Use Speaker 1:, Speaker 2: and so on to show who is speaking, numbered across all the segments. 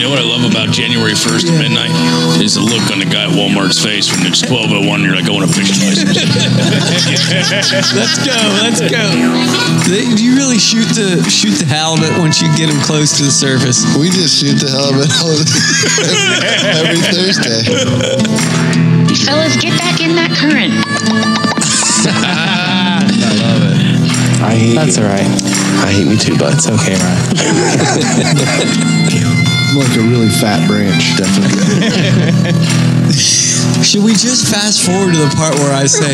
Speaker 1: about January 1st at midnight is the look on the guy at Walmart's face when it's 1201 you're like, I want a fishing license.
Speaker 2: Let's go. Let's go. They, you really shoot the shoot the halibut once you get them close to the surface.
Speaker 3: We just shoot the hell out of it every Thursday.
Speaker 4: Fellas, get back in that current.
Speaker 5: I hate
Speaker 6: That's all right.
Speaker 5: I hate me too, but
Speaker 6: It's okay, Ryan.
Speaker 3: I'm like a really fat branch, definitely.
Speaker 2: Should we just fast forward to the part where I say,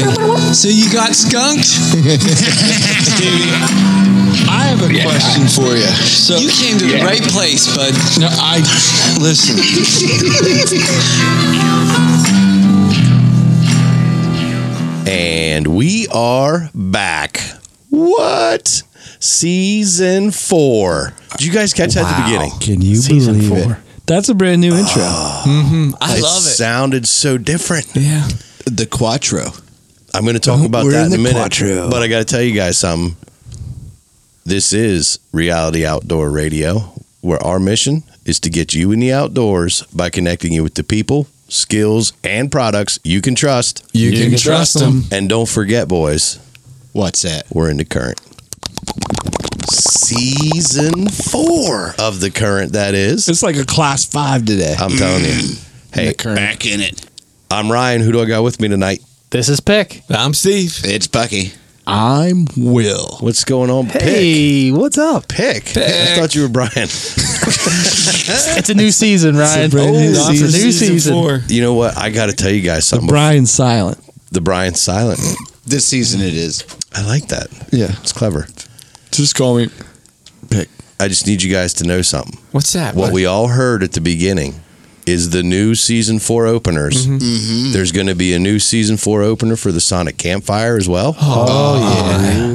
Speaker 2: "So you got skunked?
Speaker 3: I have a question for you. So
Speaker 2: You came to the right place, bud."
Speaker 3: No, I listen.
Speaker 5: And we are back. What? Season four. Did you guys catch that at the beginning?
Speaker 6: Can you
Speaker 5: Season
Speaker 6: believe
Speaker 5: four.
Speaker 6: it? That's a brand new intro.
Speaker 3: Ah.
Speaker 2: Mm-hmm. I love it.
Speaker 5: sounded so different.
Speaker 2: Yeah.
Speaker 3: The Quattro.
Speaker 5: I'm going to talk about
Speaker 6: We're
Speaker 5: that
Speaker 6: in
Speaker 5: in, a
Speaker 6: the
Speaker 5: minute.
Speaker 6: quattro.
Speaker 5: But I got to tell you guys something. This is Reality Outdoor Radio, where our mission is to get you in the outdoors by connecting you with the people, skills, and products you can trust.
Speaker 6: You, can, trust them.
Speaker 5: And don't forget, boys,
Speaker 3: What's that?
Speaker 5: we're in the current. Season four of the current, that is.
Speaker 6: It's like a class five today. Mm.
Speaker 5: I'm telling you. Hey,
Speaker 1: back in it.
Speaker 5: I'm Ryan. Who do I got with me tonight?
Speaker 7: This is Pick.
Speaker 2: I'm Steve.
Speaker 3: It's Bucky.
Speaker 6: I'm Will.
Speaker 5: What's going on?
Speaker 7: Hey, what's up?
Speaker 5: Pick. Pick. I thought you were Brian.
Speaker 7: It's a new season, Ryan. Oh,
Speaker 6: brand new
Speaker 7: it's a new
Speaker 6: season.
Speaker 7: season.
Speaker 5: You know what? I got to tell you guys
Speaker 6: The
Speaker 5: something. before-
Speaker 6: Brian Silent.
Speaker 5: the Brian Silent.
Speaker 3: This season it is.
Speaker 5: I like that.
Speaker 3: Yeah.
Speaker 5: It's clever.
Speaker 6: Just call me.
Speaker 5: I just need you guys to know something.
Speaker 2: What's that?
Speaker 5: What we all heard at the beginning is the new season four openers.
Speaker 2: Mm-hmm.
Speaker 6: Mm-hmm.
Speaker 5: There's going to be a new season four opener for the Sonic Campfire as well.
Speaker 2: Oh,
Speaker 6: Oh,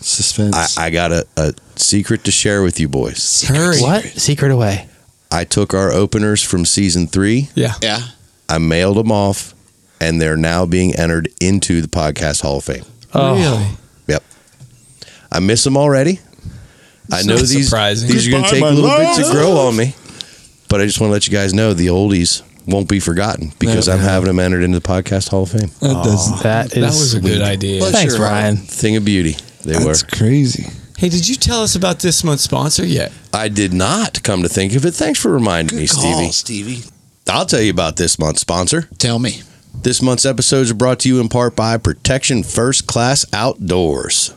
Speaker 3: Suspense.
Speaker 5: I, I got a, a secret to share with you boys.
Speaker 2: Hurry.
Speaker 7: What? Secret away.
Speaker 5: I took our openers from season three,
Speaker 2: Yeah.
Speaker 3: yeah.
Speaker 5: I mailed them off, and they're now being entered into the Podcast Hall of Fame.
Speaker 7: Oh.
Speaker 2: Really?
Speaker 5: I miss them already. I
Speaker 2: It's
Speaker 5: know
Speaker 2: not
Speaker 5: these
Speaker 2: surprising.
Speaker 5: these are going to take a little bit to grow on me, but I just want to let you guys know the oldies won't be forgotten because I'm having them entered into the podcast Hall of Fame.
Speaker 6: That does.
Speaker 7: That is
Speaker 6: That was a
Speaker 7: sweet.
Speaker 6: good idea.
Speaker 3: Bless
Speaker 7: Thanks,
Speaker 3: your heart.
Speaker 7: Ryan.
Speaker 5: Thing of beauty, they
Speaker 6: That's
Speaker 5: were.
Speaker 6: crazy.
Speaker 2: Hey, did you tell us about this month's sponsor yet?
Speaker 5: I did not come to think of it. Thanks for reminding me,
Speaker 3: Call,
Speaker 5: Stevie.
Speaker 3: Stevie.
Speaker 5: I'll tell you about this month's sponsor.
Speaker 3: Tell me.
Speaker 5: This month's episodes are brought to you in part by Protection First Class Outdoors.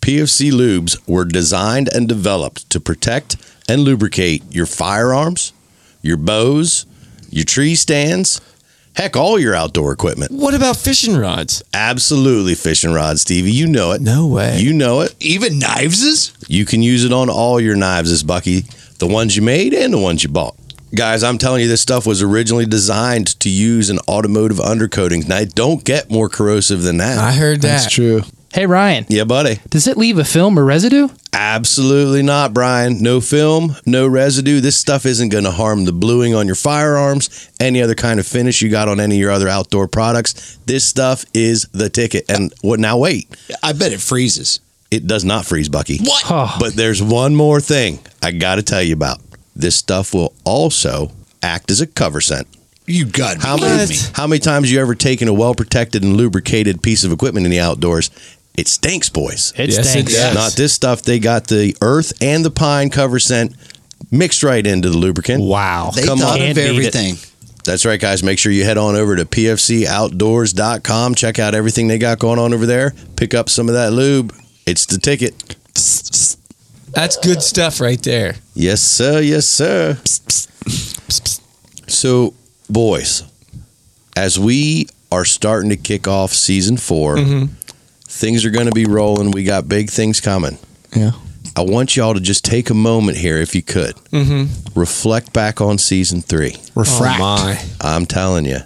Speaker 5: PFC lubes were designed and developed to protect and lubricate your firearms, your bows, your tree stands, heck, all your outdoor equipment.
Speaker 2: What about fishing rods?
Speaker 5: Absolutely, fishing rod, Stevie. You know it.
Speaker 2: No way.
Speaker 5: You know it.
Speaker 3: Even knives is?
Speaker 5: You can use it on all your knives, as Bucky, the ones you made and the ones you bought. Guys, I'm telling you, this stuff was originally designed to use in automotive undercoatings. Now, it don't get more corrosive than that.
Speaker 2: I heard that.
Speaker 3: true.
Speaker 7: Hey, Ryan.
Speaker 5: yeah, buddy.
Speaker 7: Does it leave a film or residue?
Speaker 5: Absolutely not, Brian. No film, no residue. This stuff isn't going to harm the bluing on your firearms, any other kind of finish you got on any of your other outdoor products. This stuff is the ticket. And what now? Wait,
Speaker 3: I bet it freezes.
Speaker 5: it does not freeze, Bucky.
Speaker 3: What?
Speaker 7: Oh,
Speaker 5: But there's one more thing I got to tell you about. This stuff will also act as a cover scent.
Speaker 3: You got
Speaker 5: How many,
Speaker 3: me.
Speaker 5: how many times you ever taken a well protected and lubricated piece of equipment in the outdoors? It stinks, boys.
Speaker 7: it
Speaker 2: Yes, it
Speaker 7: stinks.
Speaker 2: does.
Speaker 5: Not this stuff. They got the earth and the pine cover scent mixed right into the lubricant.
Speaker 6: Wow.
Speaker 3: They
Speaker 5: Come
Speaker 3: thought
Speaker 7: on.
Speaker 3: of
Speaker 7: Can't beat it.
Speaker 3: everything.
Speaker 5: That's right, guys. Make sure you head on over to pfcoutdoors.com. Check out everything they got going on over there. Pick up some of that lube. It's the ticket.
Speaker 2: That's good stuff right there.
Speaker 5: Yes, sir. Yes, sir. So, boys, as we are starting to kick off season 4 things are going to be rolling. We got big things coming.
Speaker 6: Yeah.
Speaker 5: I want y'all to just take a moment here, if you could, reflect back on season three.
Speaker 6: Refract.
Speaker 5: I'm telling you,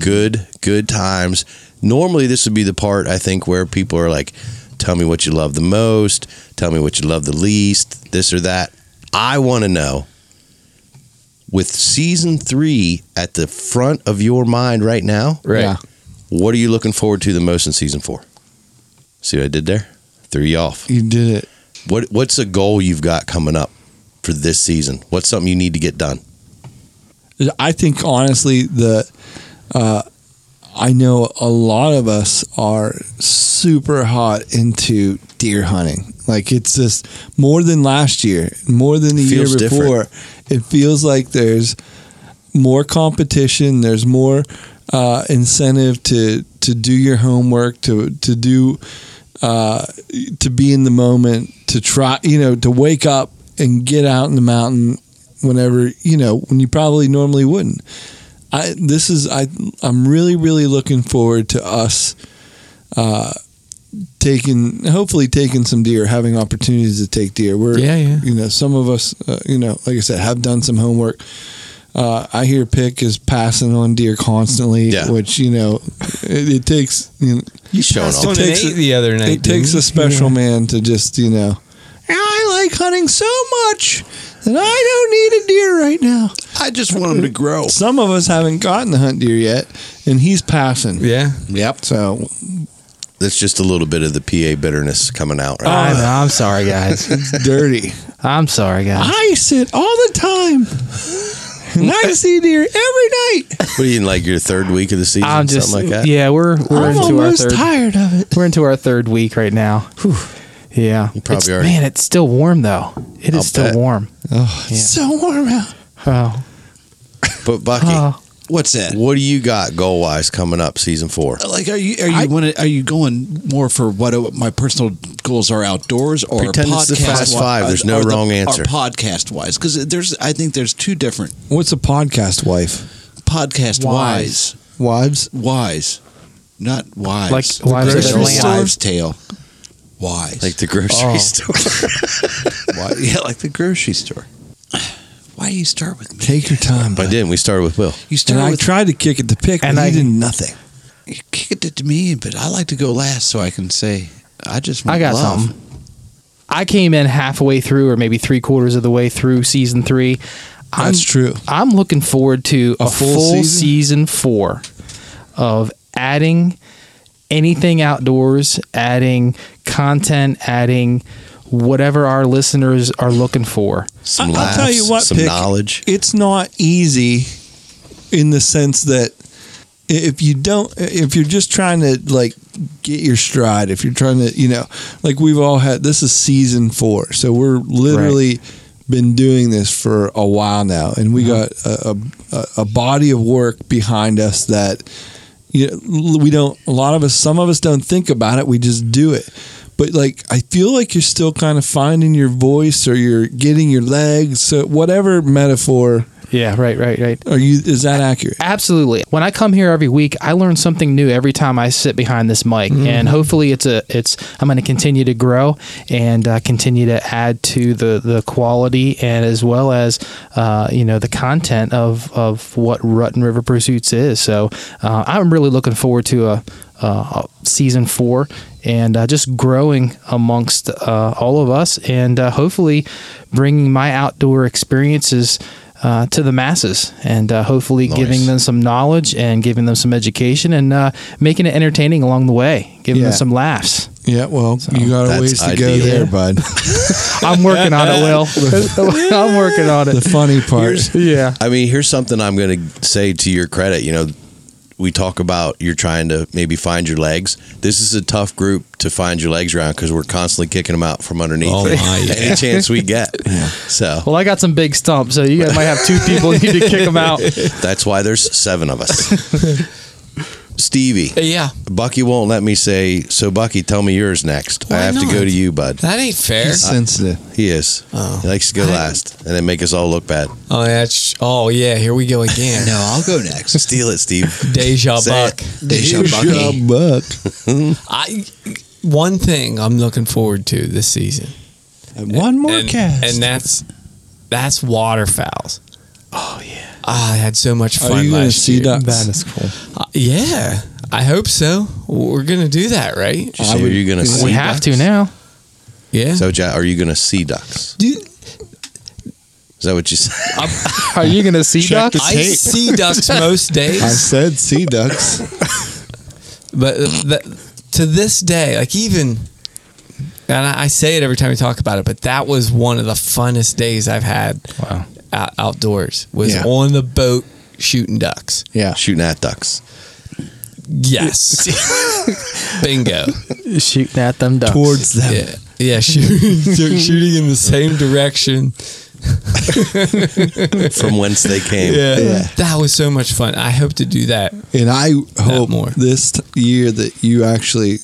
Speaker 5: good, good times. Normally, this would be the part I think where people are like, tell me what you love the most, tell me what you love the least, this or that. I want to know with season three at the front of your mind right now,
Speaker 6: Right. Yeah.
Speaker 5: what are you looking forward to the most in season four? See what I did there? Threw you off.
Speaker 6: You did it.
Speaker 5: What What's a goal you've got coming up for this season? What's something you need to get done?
Speaker 8: I think honestly the uh, I know a lot of us are super hot into deer hunting. Like it's just more than last year, more than the year
Speaker 5: Feels
Speaker 8: before. It feels like there's more competition. There's more uh, incentive to to do your homework, to to do uh, to be in the moment, to try, you know, to wake up and get out in the mountain whenever you know when you probably normally wouldn't. I this is I I'm really really looking forward to us uh, taking hopefully taking some deer, having opportunities to take deer. We're
Speaker 6: Yeah, yeah.
Speaker 8: you know some of us uh, you know like I said have done some homework. Uh, I hear Pick is passing on deer constantly,
Speaker 5: Yeah.
Speaker 8: which you know it, it takes you know,
Speaker 5: You showing
Speaker 6: Passed
Speaker 5: off.
Speaker 6: on an
Speaker 8: takes
Speaker 6: eight
Speaker 8: a-
Speaker 6: the other night.
Speaker 8: it takes
Speaker 6: didn't
Speaker 8: a
Speaker 6: it?
Speaker 8: special man to just, you know, I like hunting so much that I don't need a deer right now.
Speaker 5: I just want them to grow.
Speaker 8: Some of us haven't gotten to hunt deer yet, and he's passing.
Speaker 6: Yeah.
Speaker 8: Yep. So
Speaker 5: That's just a little bit of the PA bitterness coming out. Right?
Speaker 7: I'm, I'm sorry, guys.
Speaker 8: dirty.
Speaker 7: I'm sorry, guys.
Speaker 8: I sit all the time. And I see deer every night.
Speaker 5: what are you in like your third week of the season?
Speaker 7: I'm just
Speaker 5: something like that.
Speaker 7: yeah. We're we're
Speaker 8: I'm
Speaker 7: into our
Speaker 8: almost
Speaker 7: third
Speaker 8: tired of it.
Speaker 7: we're into our third week right now. Whew. Yeah,
Speaker 5: probably
Speaker 7: It's-
Speaker 5: already-
Speaker 7: man. It's still warm though. It is
Speaker 5: I'll
Speaker 7: still
Speaker 5: bet.
Speaker 7: warm.
Speaker 8: It's so warm out.
Speaker 7: Oh,
Speaker 5: But Bucky,
Speaker 7: Oh.
Speaker 9: What's that?
Speaker 5: what do you got goal wise coming up season four?
Speaker 9: Like, are you are you wanna, are you going more for what uh, my personal goals are outdoors or
Speaker 5: Pretend
Speaker 9: podcast
Speaker 5: it's the Fast
Speaker 9: wi-
Speaker 5: Five. There's no
Speaker 9: or the-
Speaker 5: wrong answer.
Speaker 9: Or podcast wise, because there's I think there's two different
Speaker 8: What's a podcast wife?
Speaker 9: podcast
Speaker 7: Wise.
Speaker 9: wise
Speaker 8: Wives?
Speaker 9: wise, not wise
Speaker 7: Like Wives
Speaker 8: of
Speaker 9: There's a
Speaker 8: Atlanta.
Speaker 9: wives tale. Wise,
Speaker 5: Like the grocery
Speaker 7: Oh.
Speaker 5: store.
Speaker 9: Why- yeah, like the grocery store. Why do you start with me?
Speaker 8: Take your time.
Speaker 5: I
Speaker 8: bud.
Speaker 5: didn't. We started with Will.
Speaker 9: You
Speaker 8: And
Speaker 9: start
Speaker 8: I
Speaker 9: with
Speaker 8: tried to kick it to pick,
Speaker 7: And
Speaker 8: and I
Speaker 7: I-
Speaker 8: did nothing.
Speaker 9: you kicked it to me, but I like to go last so I can say I just
Speaker 7: I got
Speaker 9: love.
Speaker 7: something. I came in halfway through, or maybe three quarters of the way through season three. I'm,
Speaker 8: That's true.
Speaker 7: I'm looking forward to a,
Speaker 8: full
Speaker 7: full,
Speaker 8: season?
Speaker 7: season? four of adding anything outdoors, adding content, adding whatever our listeners are looking for.
Speaker 5: Some
Speaker 8: I-
Speaker 5: laughs,
Speaker 8: I'll tell you what,
Speaker 5: some
Speaker 8: Pick.
Speaker 5: knowledge.
Speaker 8: It's not easy in the sense that i- if you don't, if you're just trying to like get your stride, if you're trying to, you know, like we've all had, this is season four. So we're literally been doing this for a while now. And we got a, a, a body of work behind us that, you know, we don't, a lot of us, some of us don't think about it. We just do it. But like, I feel like you're still kind of finding your voice or you're getting your legs. So whatever metaphor
Speaker 7: Yeah, right, right, right.
Speaker 8: are you, is that accurate?
Speaker 7: Absolutely. When I come here every week, I learn something new every time I sit behind this mic, and hopefully, it's a it's I'm going to continue to grow and uh, continue to add to the the quality and as well as uh, you know the content of of what Rut and River Pursuits is. So uh, I'm really looking forward to a, uh season four and uh, just growing amongst uh, all of us, and uh, hopefully, bringing my outdoor experiences uh, to the masses and uh, hopefully giving them some knowledge and giving them some education and uh, making it entertaining along the way, giving
Speaker 8: Yeah.
Speaker 7: them some laughs.
Speaker 8: Yeah. Well, you got a
Speaker 5: That's
Speaker 8: ways to go
Speaker 5: ideal.
Speaker 8: there, bud.
Speaker 7: I'm working on it, Will. I'm working on
Speaker 8: The
Speaker 7: it.
Speaker 8: funny part.
Speaker 7: Yeah.
Speaker 5: I mean, here's something I'm going to say to your credit. You know, we talk about you're trying to maybe find your legs. This is a tough group to find your legs around because we're constantly kicking them out from underneath.
Speaker 6: Oh,
Speaker 5: it.
Speaker 6: my.
Speaker 5: Any chance we get. So
Speaker 7: Well, I got some big stumps, so you guys might have two people need to kick them out.
Speaker 5: that's why there's seven of us. Stevie,
Speaker 6: Yeah.
Speaker 5: Bucky won't let me say. So Bucky, tell me yours next. I
Speaker 6: Why
Speaker 5: have to go
Speaker 6: not?
Speaker 5: to you, bud.
Speaker 6: That ain't fair.
Speaker 8: sensitive.
Speaker 5: He is.
Speaker 6: Oh.
Speaker 5: He likes to go last and then make us all look bad.
Speaker 6: Oh, that's. Oh, yeah. Here we go again.
Speaker 9: No, I'll go next.
Speaker 5: Steal it, Steve.
Speaker 6: Deja
Speaker 5: Say
Speaker 6: buck.
Speaker 9: Deja Bucky.
Speaker 8: buck.
Speaker 6: I. One thing I'm looking forward to this season.
Speaker 8: One more
Speaker 6: and,
Speaker 8: cast.
Speaker 6: and that's that's waterfowls.
Speaker 7: Oh, yeah.
Speaker 6: Ah, I had so much fun
Speaker 8: are you going to
Speaker 6: last
Speaker 8: see
Speaker 6: year.
Speaker 8: ducks?
Speaker 7: That is cool.
Speaker 6: Uh, yeah, I hope so. We're gonna do that, right?
Speaker 5: Did you say, are you going to
Speaker 7: We
Speaker 5: see?
Speaker 7: have to now.
Speaker 6: Yeah.
Speaker 5: So, Jack, are you going to see ducks? Is that what you said?
Speaker 7: Are you going to see ducks?
Speaker 6: I see ducks most
Speaker 8: I
Speaker 6: days,
Speaker 8: said sea ducks.
Speaker 6: but the, to this day, like even, and I, I say it every time we talk about it, but that was one of the funnest days I've had
Speaker 7: Wow.
Speaker 8: o- outdoors was
Speaker 10: Yeah.
Speaker 8: on the boat shooting ducks.
Speaker 10: Yeah.
Speaker 5: shooting at ducks.
Speaker 8: Yes. Bingo.
Speaker 7: shooting at them ducks.
Speaker 8: Towards them. Yeah. Yeah, shooting, shooting in the same direction.
Speaker 5: from whence they came.
Speaker 8: Yeah. that was so much fun. I hope to do that.
Speaker 6: And I hope
Speaker 8: more.
Speaker 6: this t- year that you actually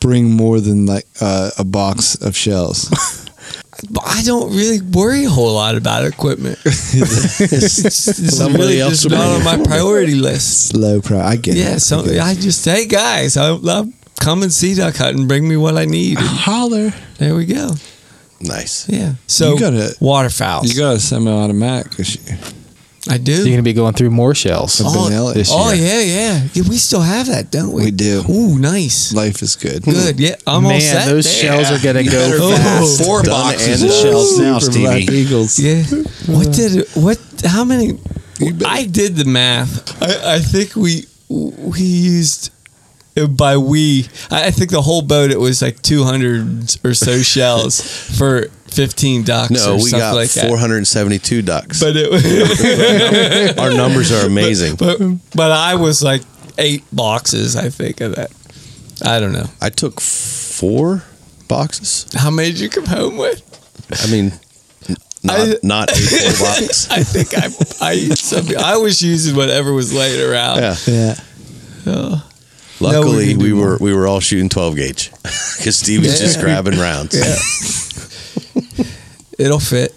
Speaker 6: bring more than like uh, a box of shells.
Speaker 8: But I don't really worry a whole lot about equipment. It's
Speaker 5: Somebody
Speaker 8: really
Speaker 5: else
Speaker 8: just not
Speaker 5: will bring
Speaker 8: on
Speaker 5: it
Speaker 8: my
Speaker 5: for me.
Speaker 8: priority list.
Speaker 6: Low pro. I get it.
Speaker 8: Yeah, so
Speaker 6: get it.
Speaker 8: I just hey guys, I love come and see duck hunt and bring me what I need.
Speaker 6: holler.
Speaker 8: There we go.
Speaker 5: Nice.
Speaker 8: Yeah. So
Speaker 6: You gotta-
Speaker 8: waterfowls.
Speaker 6: You got a semi-automatic. 'cause you-
Speaker 8: I do.
Speaker 7: You're going to be going through more shells.
Speaker 6: Oh, vanilla
Speaker 7: this
Speaker 8: Oh
Speaker 7: year.
Speaker 8: yeah, yeah, yeah. We still have that, don't we?
Speaker 6: We do.
Speaker 8: Ooh, nice.
Speaker 6: Life is good.
Speaker 8: Good. Yeah, I'm all
Speaker 7: Man,
Speaker 8: set.
Speaker 7: those
Speaker 8: there.
Speaker 7: shells are going to go
Speaker 8: Oh,
Speaker 7: fast.
Speaker 8: four
Speaker 5: Done
Speaker 8: boxes.
Speaker 5: and the shells now,
Speaker 6: Super Black
Speaker 5: Stevie.
Speaker 6: Eagles.
Speaker 8: Yeah. What did what? How many? I did the math. I, I think we we used by we. I I think the whole boat it was like two hundred or so shells for fifteen ducks or
Speaker 5: No, we
Speaker 8: something
Speaker 5: got
Speaker 8: like that.
Speaker 5: 472 ducks.
Speaker 8: But it was
Speaker 5: Our numbers are amazing.
Speaker 8: but, but I was like eight boxes. I think of that. I don't know.
Speaker 5: I took four boxes.
Speaker 8: How many did you come home with?
Speaker 5: I mean, n- not,
Speaker 8: I-
Speaker 5: not eight full boxes.
Speaker 8: I think I I some- I was using whatever was laying around. Oh.
Speaker 5: Yeah.
Speaker 6: Yeah.
Speaker 5: Luckily, we were we were all shooting 12 gauge because Steve was just grabbing rounds.
Speaker 8: It'll fit.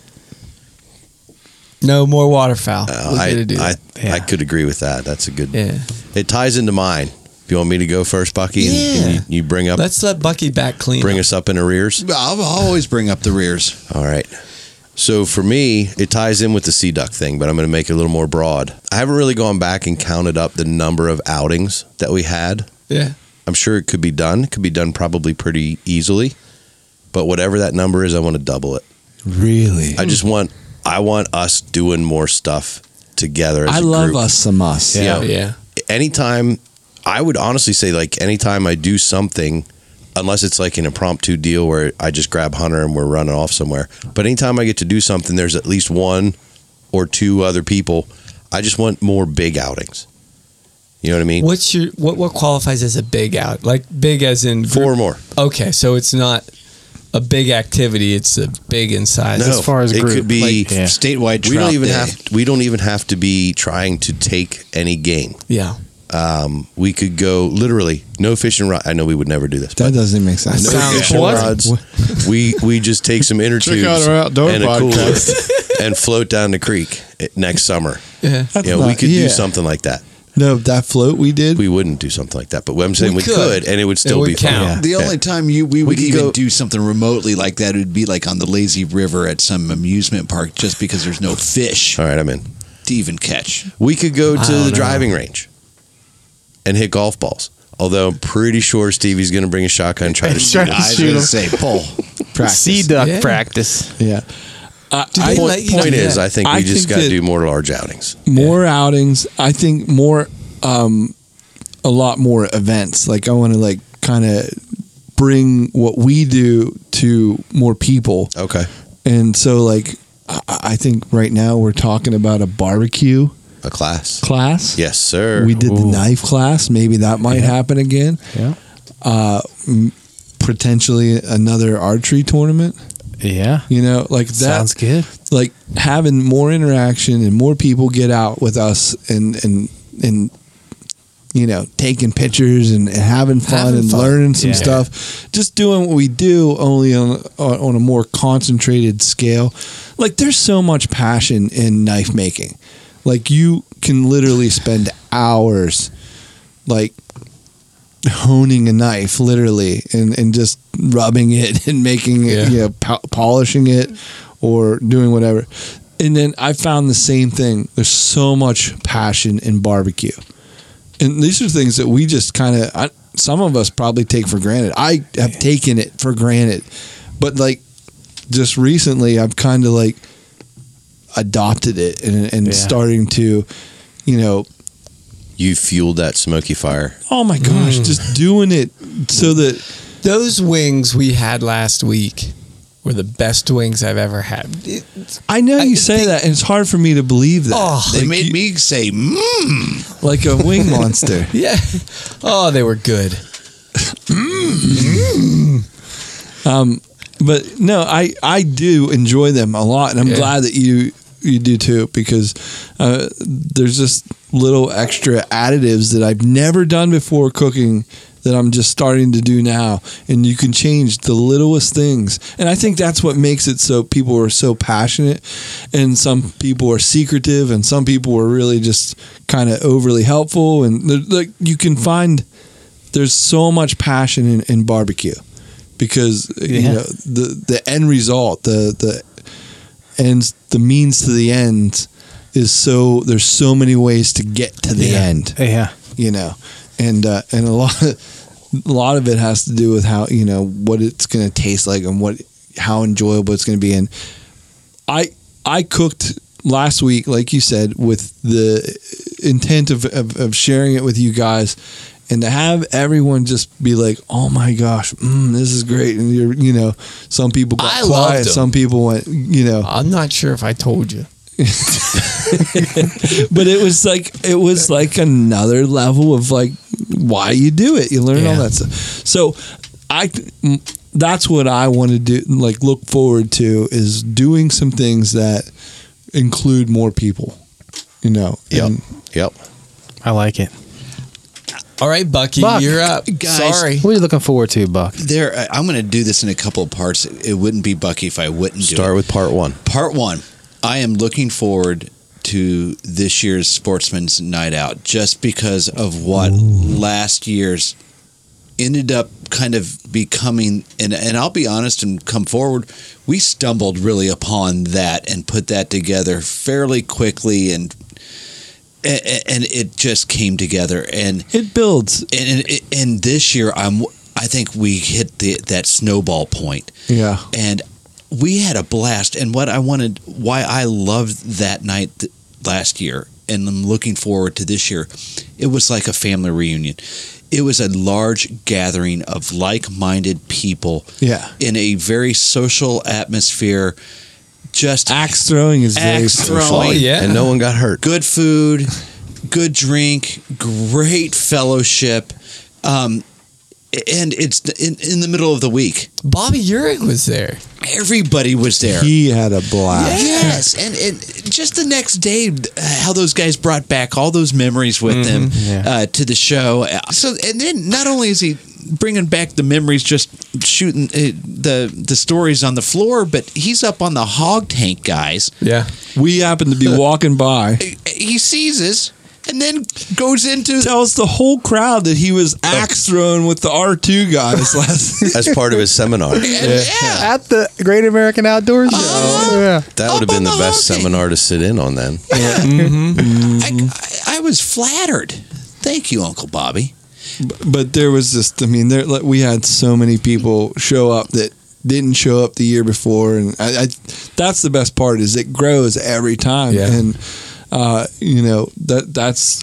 Speaker 8: No more waterfowl.
Speaker 5: Uh,
Speaker 8: We're
Speaker 5: I
Speaker 8: gonna do
Speaker 5: I,
Speaker 8: that. yeah.
Speaker 5: I could agree with that. That's a good.
Speaker 8: Yeah.
Speaker 5: It ties into mine. If you want me to go first, Bucky, and- and
Speaker 8: Yeah.
Speaker 5: you, you bring up
Speaker 8: Let's let Bucky back clean.
Speaker 5: bring
Speaker 8: up.
Speaker 5: us up in arrears.
Speaker 10: I'll always bring up the rears.
Speaker 5: All right. So for me, it ties in with the sea duck thing, but I'm going to make it a little more broad. I haven't really gone back and counted up the number of outings that we had.
Speaker 8: Yeah.
Speaker 5: I'm sure it could be done. It could be done probably pretty easily. But whatever that number is, I want to double it.
Speaker 6: Really.
Speaker 5: I just want I want us doing more stuff together as
Speaker 6: I
Speaker 5: a
Speaker 6: love
Speaker 5: group.
Speaker 6: us some us.
Speaker 5: Yeah.
Speaker 8: Yeah.
Speaker 5: anytime I would honestly say like anytime I do something, unless it's like an impromptu deal where I just grab Hunter and we're running off somewhere. But anytime I get to do something, there's at least one or two other people. I just want more big outings. You know what I mean?
Speaker 8: What's your what what qualifies as a big out? Like big as in group-
Speaker 5: Four more.
Speaker 8: Okay, so it's not a big activity, it's a big in size.
Speaker 5: No,
Speaker 7: as far as
Speaker 5: it
Speaker 7: group,
Speaker 5: could be.
Speaker 7: like, yeah.
Speaker 10: Statewide trout
Speaker 5: We don't even
Speaker 10: day.
Speaker 5: have. we don't even have to be trying to take any game.
Speaker 8: Yeah.
Speaker 5: Um, we could go literally no fishing rod. I know we would never do this.
Speaker 6: That doesn't even make sense.
Speaker 5: No
Speaker 8: Sounds
Speaker 5: fishing
Speaker 8: boring.
Speaker 5: rods. We we just take some inner
Speaker 6: Check
Speaker 5: tubes
Speaker 6: out our outdoor
Speaker 5: and a
Speaker 6: podcast.
Speaker 5: cooler and float down the creek i- next summer.
Speaker 8: Yeah.
Speaker 6: That's
Speaker 5: you know, we
Speaker 6: not-
Speaker 5: could
Speaker 6: yeah.
Speaker 5: do something like that.
Speaker 6: No, that float we did.
Speaker 5: We wouldn't do something like that, but I'm saying
Speaker 8: We
Speaker 5: we,
Speaker 8: could.
Speaker 5: could. and it would still
Speaker 8: would
Speaker 5: be fun.
Speaker 8: count.
Speaker 10: The only time you we would
Speaker 5: could
Speaker 10: even
Speaker 5: go-
Speaker 10: do something remotely like that would be like on the lazy river at some amusement park, just because there's no fish
Speaker 5: All right, I'm in.
Speaker 10: to even catch.
Speaker 5: We could go to
Speaker 8: don't
Speaker 5: the
Speaker 8: know.
Speaker 5: driving range and hit golf balls. Although I'm pretty sure Stevie's going to bring a shotgun and try to shoot.
Speaker 10: I
Speaker 5: us.
Speaker 10: was gonna say pull.
Speaker 6: practice.
Speaker 7: Sea duck
Speaker 8: Yeah.
Speaker 7: practice.
Speaker 6: Yeah.
Speaker 8: Do
Speaker 6: I-
Speaker 8: they
Speaker 6: point-
Speaker 8: let you do
Speaker 5: Point is,
Speaker 8: that?
Speaker 5: I think we
Speaker 6: I
Speaker 5: just
Speaker 6: think
Speaker 5: got to
Speaker 6: that-
Speaker 5: do more large outings.
Speaker 6: More outings. I think more, um, a lot more events. Like I want to like kind of bring what we do to more people.
Speaker 5: Okay.
Speaker 6: And so like, I, I think right now we're talking about a barbecue
Speaker 5: A class.
Speaker 6: class.
Speaker 5: Yes, sir.
Speaker 6: We did the knife class. Maybe that might happen again.
Speaker 7: Yeah.
Speaker 6: Uh, m- potentially another archery tournament.
Speaker 7: Yeah.
Speaker 6: You know, like that.
Speaker 7: Sounds good.
Speaker 6: like having more interaction and more people get out with us and and and you know taking pictures and, and having fun
Speaker 8: Having
Speaker 6: and
Speaker 8: fun.
Speaker 6: learning some
Speaker 7: Yeah.
Speaker 6: stuff just doing what we do only on, on on a more concentrated scale like there's so much passion in knife making like you can literally spend hours like honing a knife literally and, and just rubbing it and making it
Speaker 8: Yeah.
Speaker 6: you know po- polishing it or doing whatever and then i found the same thing there's so much passion in barbecue and these are things that we just kind of some of us probably take for granted i have taken it for granted but like just recently i've kind of like adopted it and, and
Speaker 7: Yeah.
Speaker 6: starting to you know
Speaker 5: you fueled that smoky fire.
Speaker 6: oh my gosh just doing it so that
Speaker 8: Those wings we had last week were the best wings I've ever had. It-
Speaker 6: I know you say that, and it's hard for me to believe that.
Speaker 8: Oh,
Speaker 6: like,
Speaker 10: They made me say, mmm.
Speaker 6: like a wing monster.
Speaker 8: yeah. Oh, they were good.
Speaker 6: But no, I I do enjoy them a lot, and I'm
Speaker 8: Yeah.
Speaker 6: glad that you you do too because uh, there's just little extra additives that I've never done before cooking that I'm just starting to do now, and you can change the littlest things, and I think that's what makes it so people are so passionate, and some people are secretive, and some people are really just kind of overly helpful, and they're- like you can find there's so much passion in, in barbecue because you
Speaker 7: Yeah.
Speaker 6: know the the end result the the ends the means to the end is so there's so many ways to get to the end
Speaker 7: Yeah.
Speaker 6: you know and uh, and a lot of, a lot of it has to do with how you know what it's going to taste like and what how enjoyable it's going to be and i i cooked last week like you said with the intent of, of, of sharing it with you guys and to have everyone just be like oh my gosh mm, this is great and you're you know some people got
Speaker 8: I loved
Speaker 6: quiet
Speaker 8: them.
Speaker 6: some people went you know
Speaker 8: I'm not sure if I told you.
Speaker 6: but it was like it was like another level of like why you do it you learn all
Speaker 8: Yeah.
Speaker 6: that stuff so i mm, that's what i want to do like look forward to is doing some things that include more people you know
Speaker 5: Yep.
Speaker 6: And
Speaker 5: Yep.
Speaker 7: I like it.
Speaker 8: All right, Bucky,
Speaker 7: Buck.
Speaker 8: you're up.
Speaker 10: Guys.
Speaker 8: Sorry.
Speaker 7: What are you looking forward to, Buck?
Speaker 10: There, I- I'm going to do this in a couple of parts. It it wouldn't be Bucky if I wouldn't do
Speaker 5: Start
Speaker 10: it.
Speaker 5: with part one.
Speaker 10: Part one. I am looking forward to this year's Sportsman's Night Out just because of what last year's ended up kind of becoming. And, and I'll be honest and come forward, we stumbled really upon that and put that together fairly quickly. And, and, and it just came together. And
Speaker 6: it builds
Speaker 10: and, and and this year I'm I think we hit the that snowball point
Speaker 6: yeah
Speaker 10: and we had a blast and what I wanted why I loved that night th- last year and I'm looking forward to this year it was like a family reunion it was a large gathering of like-minded people
Speaker 6: yeah
Speaker 10: in a very social atmosphere just
Speaker 6: axe throwing is very
Speaker 10: Axe throwing.
Speaker 6: social.
Speaker 10: Oh,
Speaker 8: yeah.
Speaker 5: And no one got hurt.
Speaker 10: good food, good drink, great fellowship, um, and it's in, in the middle of the week.
Speaker 8: Bobby Urich was there.
Speaker 10: Everybody was there.
Speaker 6: he had a blast
Speaker 10: Yes, and, and just the next day, uh, how those guys brought back all those memories
Speaker 6: Mm-hmm.
Speaker 10: with them uh, to the show. Uh, So, and then not only is he bringing back the memories, just shooting uh, the the stories on the floor, but he's up on the hog tank, guys.
Speaker 8: Yeah.
Speaker 6: we happened to be walking by
Speaker 10: He- He sees us, and then goes into
Speaker 6: tells the whole crowd that he was axe throwing with the r2 guys last
Speaker 5: As part of his seminar.
Speaker 10: yeah.
Speaker 7: At the Great American Outdoors Show. yeah.
Speaker 5: That would have been the
Speaker 10: Oh,
Speaker 5: best seminar to sit in on then.
Speaker 6: Mm-hmm.
Speaker 10: I, I was flattered. Thank you, Uncle Bobby.
Speaker 6: but there was just i mean there like, we had so many people show up that didn't show up the year before and I, I that's the best part is it grows every time
Speaker 8: Yeah.
Speaker 6: and uh, you know that that's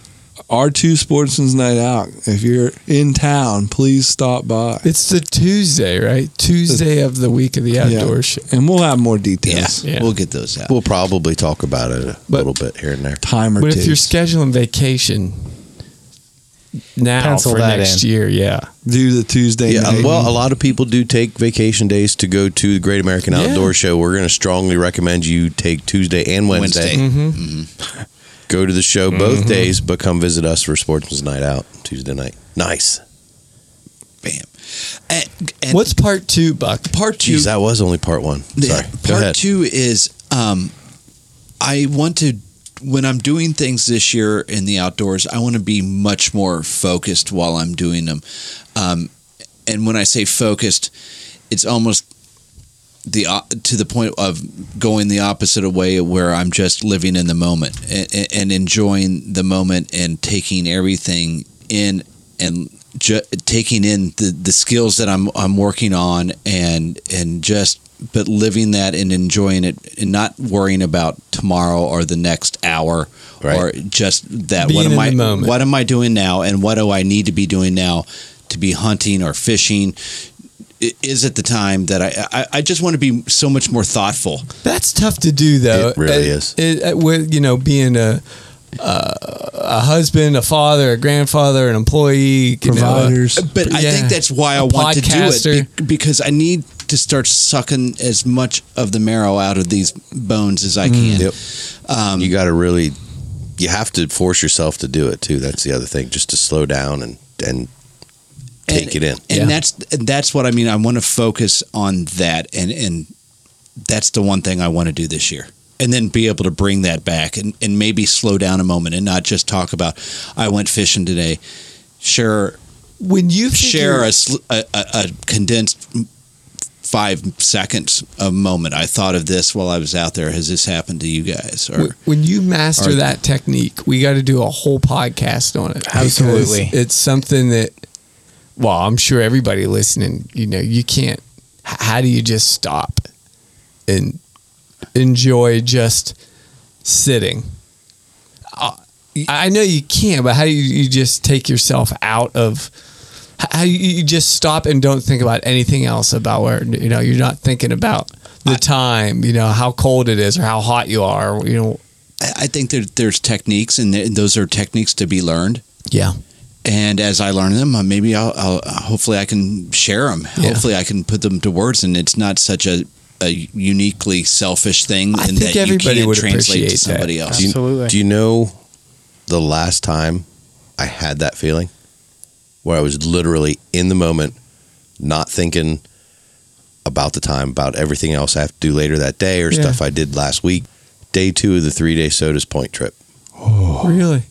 Speaker 6: our two sportsman's night out if you're in town please stop by
Speaker 8: It's the Tuesday, right? Tuesday of the week of the outdoor show.
Speaker 6: and we'll have more details
Speaker 8: Yeah.
Speaker 10: We'll get those out.
Speaker 5: We'll probably talk about it a
Speaker 8: But-
Speaker 5: little bit here and there.
Speaker 6: time or
Speaker 8: But
Speaker 6: two
Speaker 8: if you're scheduling vacation now
Speaker 7: Pencil
Speaker 8: for
Speaker 7: that
Speaker 8: next
Speaker 7: in.
Speaker 8: year, yeah.
Speaker 6: do the tuesday
Speaker 5: Yeah,
Speaker 6: night.
Speaker 5: well, a lot of people do take vacation days to go to the Great American
Speaker 8: Yeah.
Speaker 5: Outdoor Show. We're going to strongly recommend you take Tuesday and Wednesday.
Speaker 8: Mm-hmm.
Speaker 10: Mm-hmm.
Speaker 5: Go to the show both days, but come visit us for Sportsman's Night Out Tuesday night. Nice.
Speaker 10: Bam. And, and
Speaker 8: What's part two, Buck?
Speaker 10: part two?
Speaker 5: Jeez, that was only part one.
Speaker 10: yeah,
Speaker 5: Sorry. Go
Speaker 10: part
Speaker 5: ahead.
Speaker 10: two is um, I want to when I'm doing things this year in the outdoors, I want to be much more focused while I'm doing them. Um, and when I say focused, it's almost the o- to the point of going the opposite way where I'm just living in the moment and, and enjoying the moment and taking everything in and ju- taking in the, the skills that I'm I'm working on and and just but living that and enjoying it and not worrying about tomorrow or the next hour
Speaker 5: Right.
Speaker 10: or just that
Speaker 8: Being
Speaker 10: what am
Speaker 8: in
Speaker 10: I
Speaker 8: the moment.
Speaker 10: what am I doing now and what do I need to be doing now to be hunting or fishing i- is at the time that I I, I just want to be so much more thoughtful.
Speaker 8: That's tough to do, though.
Speaker 5: It really
Speaker 8: Uh,
Speaker 5: is.
Speaker 8: It, uh, with you know being a uh, a husband, a father, a grandfather, an employee, you know, uh,
Speaker 6: Providers.
Speaker 10: But I
Speaker 8: yeah.
Speaker 10: think that's why I
Speaker 8: A
Speaker 10: want to do
Speaker 8: podcaster.
Speaker 10: it be- because I need to start sucking as much of the marrow out of these bones as I can.
Speaker 5: Mm.
Speaker 10: Um,
Speaker 5: Yep. you got to really, you have to force yourself to do it too. That's the other thing, just to slow down and and take
Speaker 10: And-
Speaker 5: it in.
Speaker 10: and
Speaker 8: Yeah.
Speaker 10: that's and that's what I mean. I want to focus on that, and and that's the one thing I want to do this year, and then be able to bring that back, and and maybe slow down a moment, and not just talk about I went fishing today. Share
Speaker 8: When you think
Speaker 10: share
Speaker 8: you're-
Speaker 10: a, sl- a, a, a condensed five seconds a moment. I thought of this while I was out there. Has this happened to you guys? Or
Speaker 8: Wh- when you master
Speaker 10: or-
Speaker 8: that technique, we got to do a whole podcast on it. because
Speaker 7: Absolutely.
Speaker 8: it's something that. Well, I'm sure everybody listening, you know, you can't. h- How do you just stop and enjoy just sitting? Uh, I know you can, but how do you, you just take yourself out of? h- How you, you just stop and don't think about anything else about where you know you're not thinking about the time, you know, how cold it is or how hot you are, or, you know,
Speaker 10: I I think there, there's techniques, and th- those are techniques to be learned.
Speaker 8: Yeah.
Speaker 10: And as I learn them, uh, maybe I'll, I'll hopefully I can share them.
Speaker 8: Yeah.
Speaker 10: Hopefully I can put them to words, and it's not such a, a uniquely selfish thing.
Speaker 8: I
Speaker 10: and
Speaker 8: think
Speaker 10: that
Speaker 8: everybody
Speaker 10: you can't
Speaker 8: would
Speaker 10: translate to
Speaker 8: appreciate that.
Speaker 10: somebody else.
Speaker 5: Do you-
Speaker 7: Absolutely.
Speaker 5: Do you know the last time I had that feeling where I was literally in the moment, not thinking about the time, about everything else I have to do later that day or
Speaker 8: Yeah.
Speaker 5: stuff I did last week? Day two of the three day sodas point trip.
Speaker 8: Really?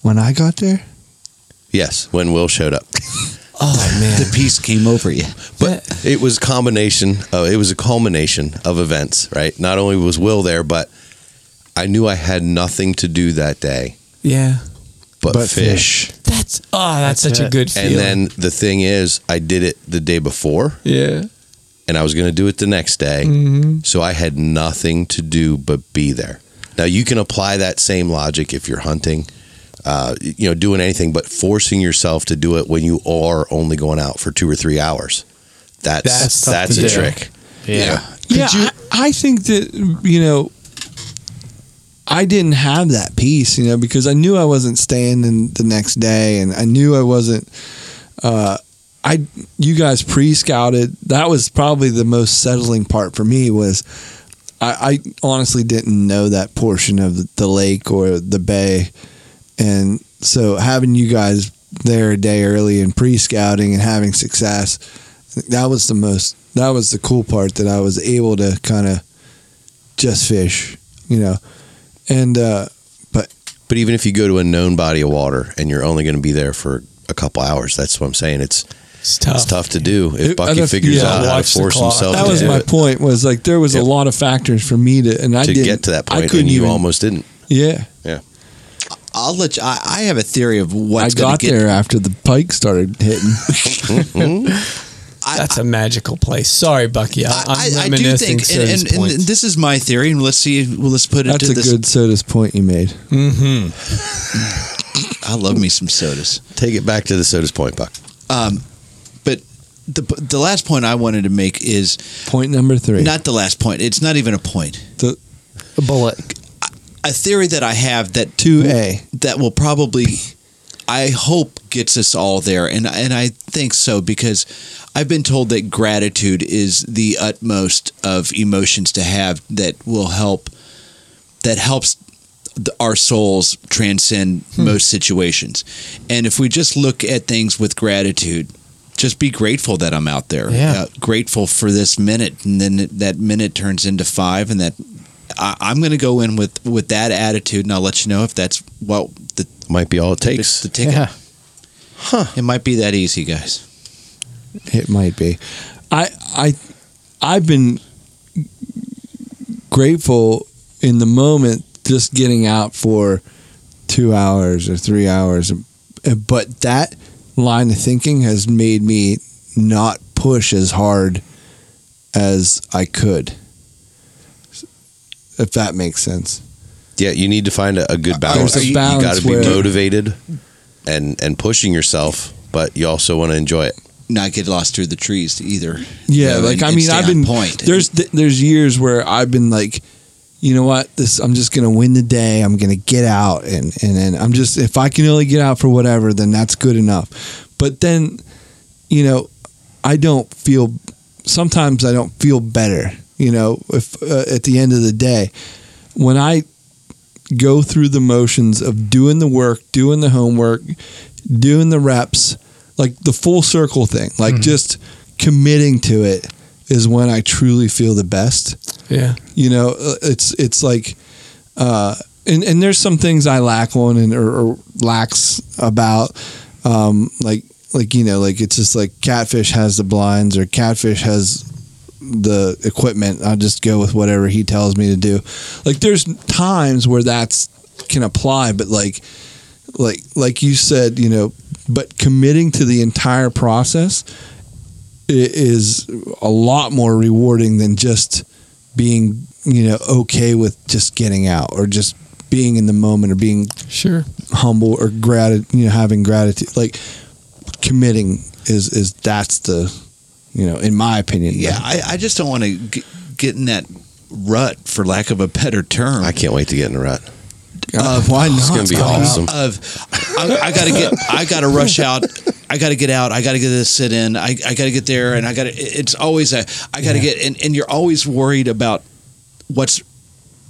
Speaker 6: When I got there,
Speaker 5: Yes, when Will showed up.
Speaker 8: Oh man.
Speaker 10: The peace came over you.
Speaker 5: But it was combination. Of, it was a culmination of events, right? Not only was Will there, but I knew I had nothing to do that day
Speaker 8: yeah.
Speaker 5: but,
Speaker 6: But
Speaker 5: fish.
Speaker 8: That's oh, that's,
Speaker 7: That's
Speaker 8: such a
Speaker 7: it.
Speaker 8: good
Speaker 5: And
Speaker 8: feeling.
Speaker 5: then the thing is, I did it the day before,
Speaker 8: yeah. Mm-hmm.
Speaker 5: and I was going to do it the next day.
Speaker 6: Mm-hmm.
Speaker 5: So I had nothing to do but be there. Now you can apply that same logic if you're hunting, uh, you know, doing anything, but forcing yourself to do it when you are only going out for two or three hours.
Speaker 8: That's
Speaker 5: That's that's,
Speaker 8: tough
Speaker 5: that's
Speaker 7: to
Speaker 5: a
Speaker 7: do.
Speaker 5: trick.
Speaker 6: yeah, I, I think that you know, I didn't have that peace, you know, because I knew I wasn't standing the next day, and I knew I wasn't. Uh, I you guys pre-scouted. That was probably the most settling part for me was. I, I honestly didn't know that portion of the lake or the bay, and so having you guys there a day early and pre-scouting and having success that was the most that was the cool part that I was able to kind of just fish, you know. And uh
Speaker 5: But even if you go to a known body of water and you're only going to be there for a couple hours, that's what I'm saying. It's
Speaker 8: It's tough.
Speaker 5: it's tough to do if
Speaker 6: It- I
Speaker 5: Bucky
Speaker 6: don't-
Speaker 5: figures
Speaker 6: yeah,
Speaker 5: out how to
Speaker 8: watch the
Speaker 5: force
Speaker 8: clock.
Speaker 5: himself
Speaker 6: that
Speaker 5: to,
Speaker 6: was
Speaker 5: do
Speaker 6: my
Speaker 5: it,
Speaker 6: point was like there was
Speaker 5: Yep.
Speaker 6: a lot of factors for me to and I
Speaker 5: to
Speaker 6: didn't
Speaker 5: get to that
Speaker 6: I
Speaker 5: point,
Speaker 6: couldn't
Speaker 5: and you
Speaker 6: even,
Speaker 5: almost didn't.
Speaker 6: yeah.
Speaker 10: I'll let you, I, I have a theory of what's
Speaker 6: I
Speaker 10: going
Speaker 6: got
Speaker 10: to get.
Speaker 6: there after the pike started hitting.
Speaker 10: I,
Speaker 8: that's a magical place. Sorry, Bucky. I,
Speaker 10: I, I,
Speaker 8: am
Speaker 10: I do
Speaker 8: reminiscing.
Speaker 10: think,
Speaker 8: I
Speaker 10: and, and, and this is my theory, and let's see. Well, let's put it
Speaker 6: That's
Speaker 10: to
Speaker 6: a
Speaker 10: this.
Speaker 6: good sodas point you made.
Speaker 10: I love me some sodas.
Speaker 5: Take it back to the soda's point, Buck.
Speaker 10: Um, but the the last point I wanted to make is
Speaker 6: Point number three.
Speaker 10: not the last point. It's not even a point.
Speaker 7: A bullet.
Speaker 10: A theory that I have that
Speaker 6: two A.
Speaker 10: that will probably I hope gets us all there and and I think so because I've been told that gratitude is the utmost of emotions to have that will help that helps the, our souls transcend
Speaker 7: Hmm.
Speaker 10: most situations. And if we just look at things with gratitude, just be grateful that I'm out there. Uh,
Speaker 7: Yeah.
Speaker 10: grateful for this minute and then that minute turns into 5 and that I, I'm going to go in with with that attitude, and I'll let you know if that's what the
Speaker 5: Might be all it
Speaker 10: it's
Speaker 5: takes.
Speaker 10: the ticket.
Speaker 7: Yeah.
Speaker 10: It might be that easy, guys.
Speaker 6: It might be. I I I've been grateful in the moment just getting out for two hours or three hours, but that line of thinking has made me not push as hard as I could. If that makes sense.
Speaker 5: Yeah, you need to find a, a good balance.
Speaker 6: a
Speaker 5: you
Speaker 6: balance
Speaker 5: got to be
Speaker 6: where-
Speaker 5: motivated and and pushing yourself, but you also want to enjoy it.
Speaker 10: not get lost through the trees either.
Speaker 6: Yeah,
Speaker 10: You know,
Speaker 6: like
Speaker 10: and-
Speaker 6: I
Speaker 10: and
Speaker 6: mean,
Speaker 10: stay
Speaker 6: I've
Speaker 10: on
Speaker 6: been
Speaker 10: point.
Speaker 6: There's th- there's years where I've been like, you know what, this I'm just gonna win the day. I'm gonna get out, and and then I'm just if I can only get out for whatever, then that's good enough. But then, you know, I don't feel. Sometimes I don't feel better. You know, if uh, at the end of the day, when I go through the motions of doing the work, doing the homework, doing the reps, like the full circle thing, like just committing to it is when I truly feel the best.
Speaker 8: Yeah.
Speaker 6: You know, uh, it's it's like, uh, and and there's some things I lack on and or, or lacks about, um, like like you know, like it's just like catfish has the blinds or catfish has the equipment. I'll just go with whatever he tells me to do. Like there's times where that's can apply, but like like like you said, you know, but committing to the entire process i- is a lot more rewarding than just being, you know, okay with just getting out or just being in the moment or being
Speaker 8: Sure.
Speaker 6: humble or gratitude, you know, having gratitude. Like committing is is that's the you know, in my opinion. the-
Speaker 10: yeah, I, I just don't want to g- get in that rut, for lack of a better term.
Speaker 5: I can't wait to get in the rut.
Speaker 6: Uh, why not?
Speaker 5: It's gonna be awesome.
Speaker 10: of I, I gotta get I gotta rush out I gotta get out I gotta get this sit in I, I gotta get there and I gotta it's always a I gotta get and, and you're always worried about what's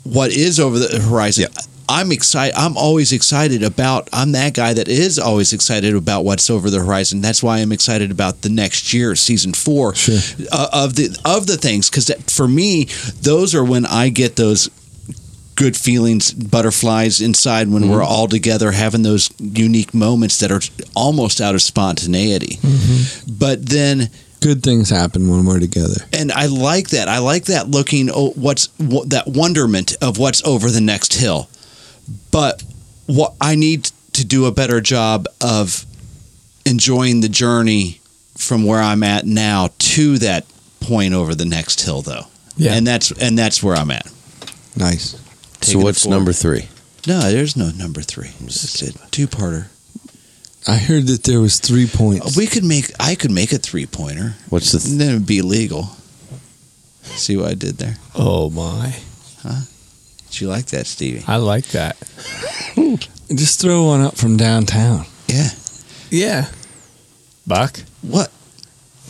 Speaker 10: what is over the horizon I'm excited I'm always excited about I'm that guy that is always excited about what's over the horizon that's why I'm excited about the next year season four
Speaker 6: Sure.
Speaker 10: uh, of the of the things because for me those are when I get those good feelings, butterflies inside when we're all together having those unique moments that are almost out of spontaneity. But then,
Speaker 6: Good things happen when we're together.
Speaker 10: and I like that. I like that looking oh, what's wh- that wonderment of what's over the next hill. But what I need to do a better job of enjoying the journey from where I'm at now to that point over the next hill, though.
Speaker 8: Yeah.
Speaker 10: And that's and that's where I'm at.
Speaker 6: Nice.
Speaker 5: So
Speaker 10: Taking it
Speaker 5: what's
Speaker 10: forward.
Speaker 5: number three?
Speaker 10: No, there's no number three. That's it. Two parter.
Speaker 6: I heard that there was three points.
Speaker 10: We could make. I could make a three pointer,
Speaker 5: What's the th-
Speaker 10: and then it'd be legal. See what I did there?
Speaker 8: Oh my.
Speaker 10: Did you like that, Stevie?
Speaker 8: I like that.
Speaker 6: Just throw one up from downtown.
Speaker 10: Yeah.
Speaker 8: Yeah. Buck.
Speaker 10: What?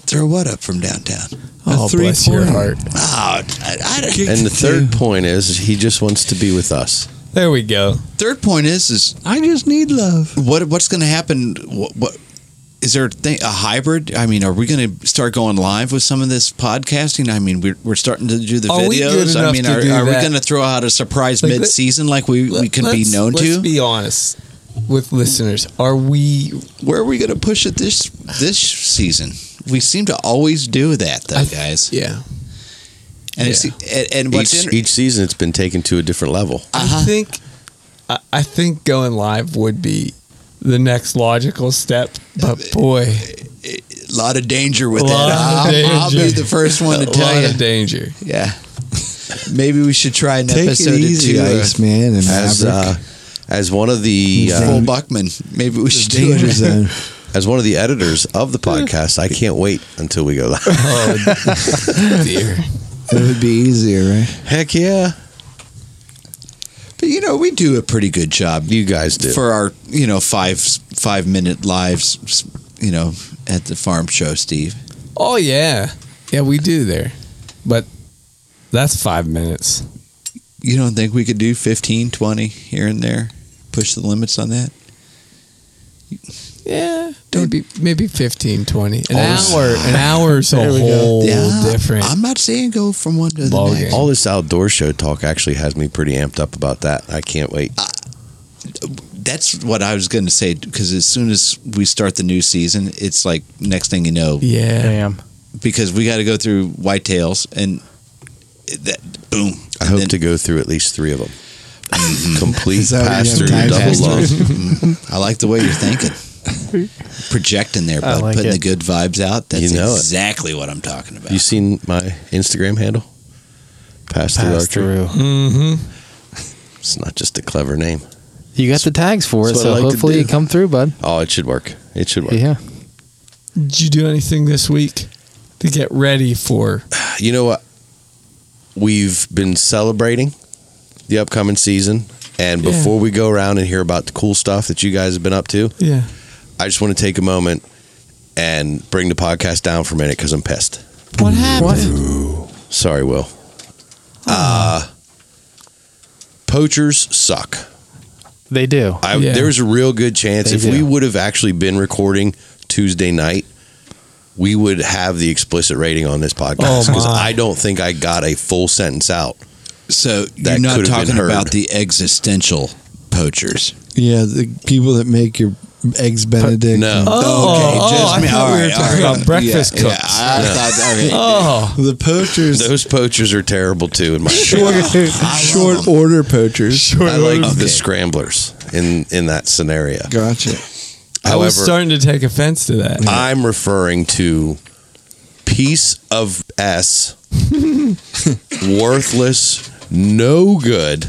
Speaker 10: Throw what up from downtown?
Speaker 8: Oh,
Speaker 6: three
Speaker 8: bless your
Speaker 6: point.
Speaker 8: heart.
Speaker 10: Oh, I, I,
Speaker 5: and the third point is he just wants to be with us.
Speaker 8: There we go.
Speaker 10: third point is is
Speaker 6: I just need love.
Speaker 10: what what's going to happen? What, what is there a, thing, a hybrid? I mean, are we going to start going live with some of this podcasting? I mean, we're, we're starting to do the
Speaker 8: Are
Speaker 10: videos.
Speaker 8: we good
Speaker 10: I
Speaker 8: enough
Speaker 10: mean,
Speaker 8: to
Speaker 10: are,
Speaker 8: do
Speaker 10: are we
Speaker 8: that?
Speaker 10: going to throw out a surprise
Speaker 8: Like, let-
Speaker 10: mid season like we, we can be
Speaker 8: Let's-
Speaker 10: known to?
Speaker 8: Let's be honest with listeners. Are we?
Speaker 10: Where are we going to push it this this season? We seem to always do that, though,
Speaker 8: I-
Speaker 10: guys.
Speaker 8: Yeah.
Speaker 10: and it's, and, and what's
Speaker 5: Each,
Speaker 10: in-
Speaker 5: each season, it's been taken to a different level.
Speaker 10: Uh-huh.
Speaker 8: I think. I, I think going live would be the next logical step. But boy,
Speaker 10: a lot of danger with
Speaker 8: A
Speaker 10: that.
Speaker 8: lot
Speaker 10: I'll,
Speaker 8: of
Speaker 10: I'll be
Speaker 8: danger.
Speaker 10: the first one
Speaker 8: a
Speaker 10: to tell
Speaker 8: lot
Speaker 10: you.
Speaker 8: of danger.
Speaker 10: yeah, maybe we should try an
Speaker 6: Take
Speaker 10: episode
Speaker 6: it easy,
Speaker 10: or two. uh,
Speaker 6: Ice Man, and
Speaker 5: As uh,
Speaker 6: Maverick.
Speaker 5: as one of the
Speaker 10: full
Speaker 5: uh,
Speaker 10: Buckman. Maybe we should do
Speaker 6: danger
Speaker 10: it.
Speaker 6: zone.
Speaker 5: as one of the editors of the podcast, I can't wait until we go live.
Speaker 8: Oh dear.
Speaker 6: It would be easier, right?
Speaker 5: Heck yeah,
Speaker 10: But you know, we do a pretty good job
Speaker 5: you guys do.
Speaker 10: for our you know five five minute lives. You know, at the farm show, Steve.
Speaker 8: Oh yeah, yeah we do there, but that's five minutes.
Speaker 10: You don't think we could do 15, 20 here and there? Push the limits on that?
Speaker 8: Yeah, maybe maybe 15, 20. An hour, an hour is a whole different.
Speaker 10: I'm not saying go from one to the
Speaker 8: Ball
Speaker 10: next.
Speaker 8: game.
Speaker 5: All this outdoor show talk actually has me pretty amped up about that. I can't wait.
Speaker 10: That's what I was going to say because as soon as we start the new season, it's like next thing you know
Speaker 8: yeah,
Speaker 7: Damn.
Speaker 10: because we got to go through whitetails and that boom. mm.
Speaker 5: I hope to go through at least three of them. Complete
Speaker 6: Is that what you
Speaker 5: pass through,
Speaker 6: have
Speaker 5: double
Speaker 6: time for?
Speaker 5: love.
Speaker 10: I like the way you're thinking. Projecting there, but
Speaker 7: like
Speaker 10: putting
Speaker 7: it.
Speaker 10: the good vibes out. That's
Speaker 5: You know it.
Speaker 10: exactly what I'm talking about.
Speaker 5: You seen my Instagram handle? Pass through
Speaker 7: Pass
Speaker 5: archery.
Speaker 7: through.
Speaker 8: mm-hmm.
Speaker 5: It's not just a clever name.
Speaker 7: You got the tags for it,
Speaker 5: That's what I
Speaker 7: so
Speaker 5: like to
Speaker 7: hopefully
Speaker 5: do.
Speaker 7: you come through, bud.
Speaker 5: Oh, it should work. It should work.
Speaker 7: Yeah.
Speaker 8: Did you do anything this week to get ready for?
Speaker 5: You know what? We've been celebrating the upcoming season. And
Speaker 8: Yeah.
Speaker 5: before we go around and hear about the cool stuff that you guys have been up to,
Speaker 8: Yeah.
Speaker 5: I just want to take a moment and bring the podcast down for a minute because I'm pissed.
Speaker 8: What happened?
Speaker 5: Sorry, Will. Uh,
Speaker 8: Oh.
Speaker 5: poachers suck.
Speaker 7: They do.
Speaker 5: I,
Speaker 8: Yeah.
Speaker 5: There's a real good chance
Speaker 7: They
Speaker 5: if
Speaker 7: do.
Speaker 5: we would have actually been recording Tuesday night, we would have the explicit rating on this podcast
Speaker 8: Oh,
Speaker 5: because
Speaker 8: my.
Speaker 5: I don't think I got a full sentence out.
Speaker 10: So
Speaker 5: That
Speaker 10: you're not
Speaker 5: could have been
Speaker 10: talking
Speaker 5: heard.
Speaker 10: about the existential poachers.
Speaker 6: Yeah, the people that make your eggs Benedict.
Speaker 5: No.
Speaker 8: Oh, oh, I
Speaker 10: me-
Speaker 8: thought we were talking about breakfast
Speaker 10: yeah,
Speaker 8: cooks.
Speaker 10: Yeah, I thought, okay.
Speaker 8: Oh,
Speaker 6: The poachers,
Speaker 5: Those poachers are terrible too. In my opinion.
Speaker 6: short, short order poachers.
Speaker 5: I like the scramblers in in that scenario.
Speaker 6: Gotcha.
Speaker 8: I was
Speaker 5: However,
Speaker 8: starting to take offense to that.
Speaker 5: I'm referring to piece of s worthless, no good.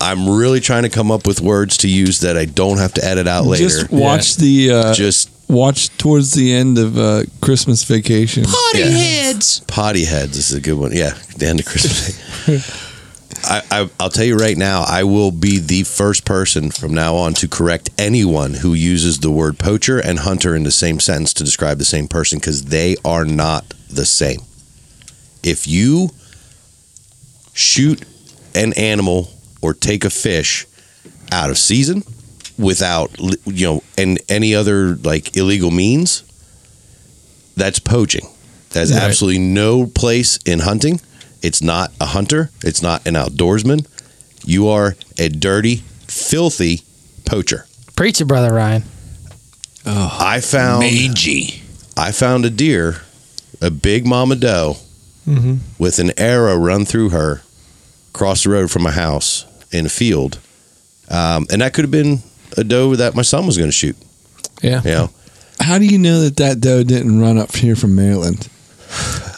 Speaker 5: I'm really trying to come up with words to use that I don't have to edit out later.
Speaker 6: Just watch the uh,
Speaker 5: just
Speaker 6: watch towards the end of uh, Christmas Vacation.
Speaker 5: potty heads. Potty heads is a good one. Yeah, the end of Christmas. I, I, I'll tell you right now, I will be the first person from now on to correct anyone who uses the word poacher and hunter in the same sentence to describe the same person because they are not the same. If you shoot an animal or take a fish out of season without, you know, and any other like illegal means, that's poaching. That has
Speaker 8: Right.
Speaker 5: absolutely no place in hunting. It's not a hunter. It's not an outdoorsman. You are a dirty, filthy poacher.
Speaker 7: Preach it, brother Ryan.
Speaker 5: I found
Speaker 10: Meiji.
Speaker 5: I found a deer, a big mama doe,
Speaker 8: Mm-hmm.
Speaker 5: with an arrow run through her across the road from my house in a field. Um, and that could have been a doe that my son was going to shoot.
Speaker 8: Yeah.
Speaker 5: You know?
Speaker 6: How do you know that that doe didn't run up here from Maryland?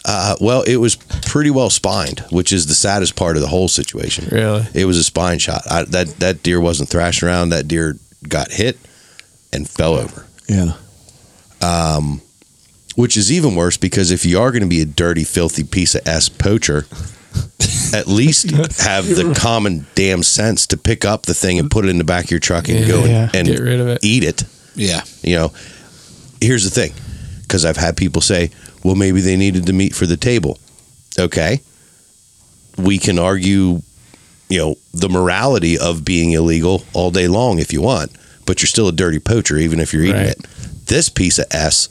Speaker 5: uh, well, it was pretty well spined, which is the saddest part of the whole situation.
Speaker 8: Really?
Speaker 5: It was a spine shot. I, that that deer wasn't thrashing around. That deer got hit and fell over.
Speaker 6: Yeah.
Speaker 5: Which is even worse because if you are going to be a dirty, filthy piece of ass poacher, at least have the common damn sense to pick up the thing and put it in the back of your truck and go
Speaker 8: Yeah.
Speaker 5: and,
Speaker 8: Get
Speaker 5: and
Speaker 8: rid of it.
Speaker 5: eat it.
Speaker 10: Yeah.
Speaker 5: You know, here's the thing because I've had people say, well, maybe they needed the meat for the table. Okay. We can argue, you know, the morality of being illegal all day long if you want, but you're still a dirty poacher, even if you're eating
Speaker 8: Right.
Speaker 5: it. This piece of S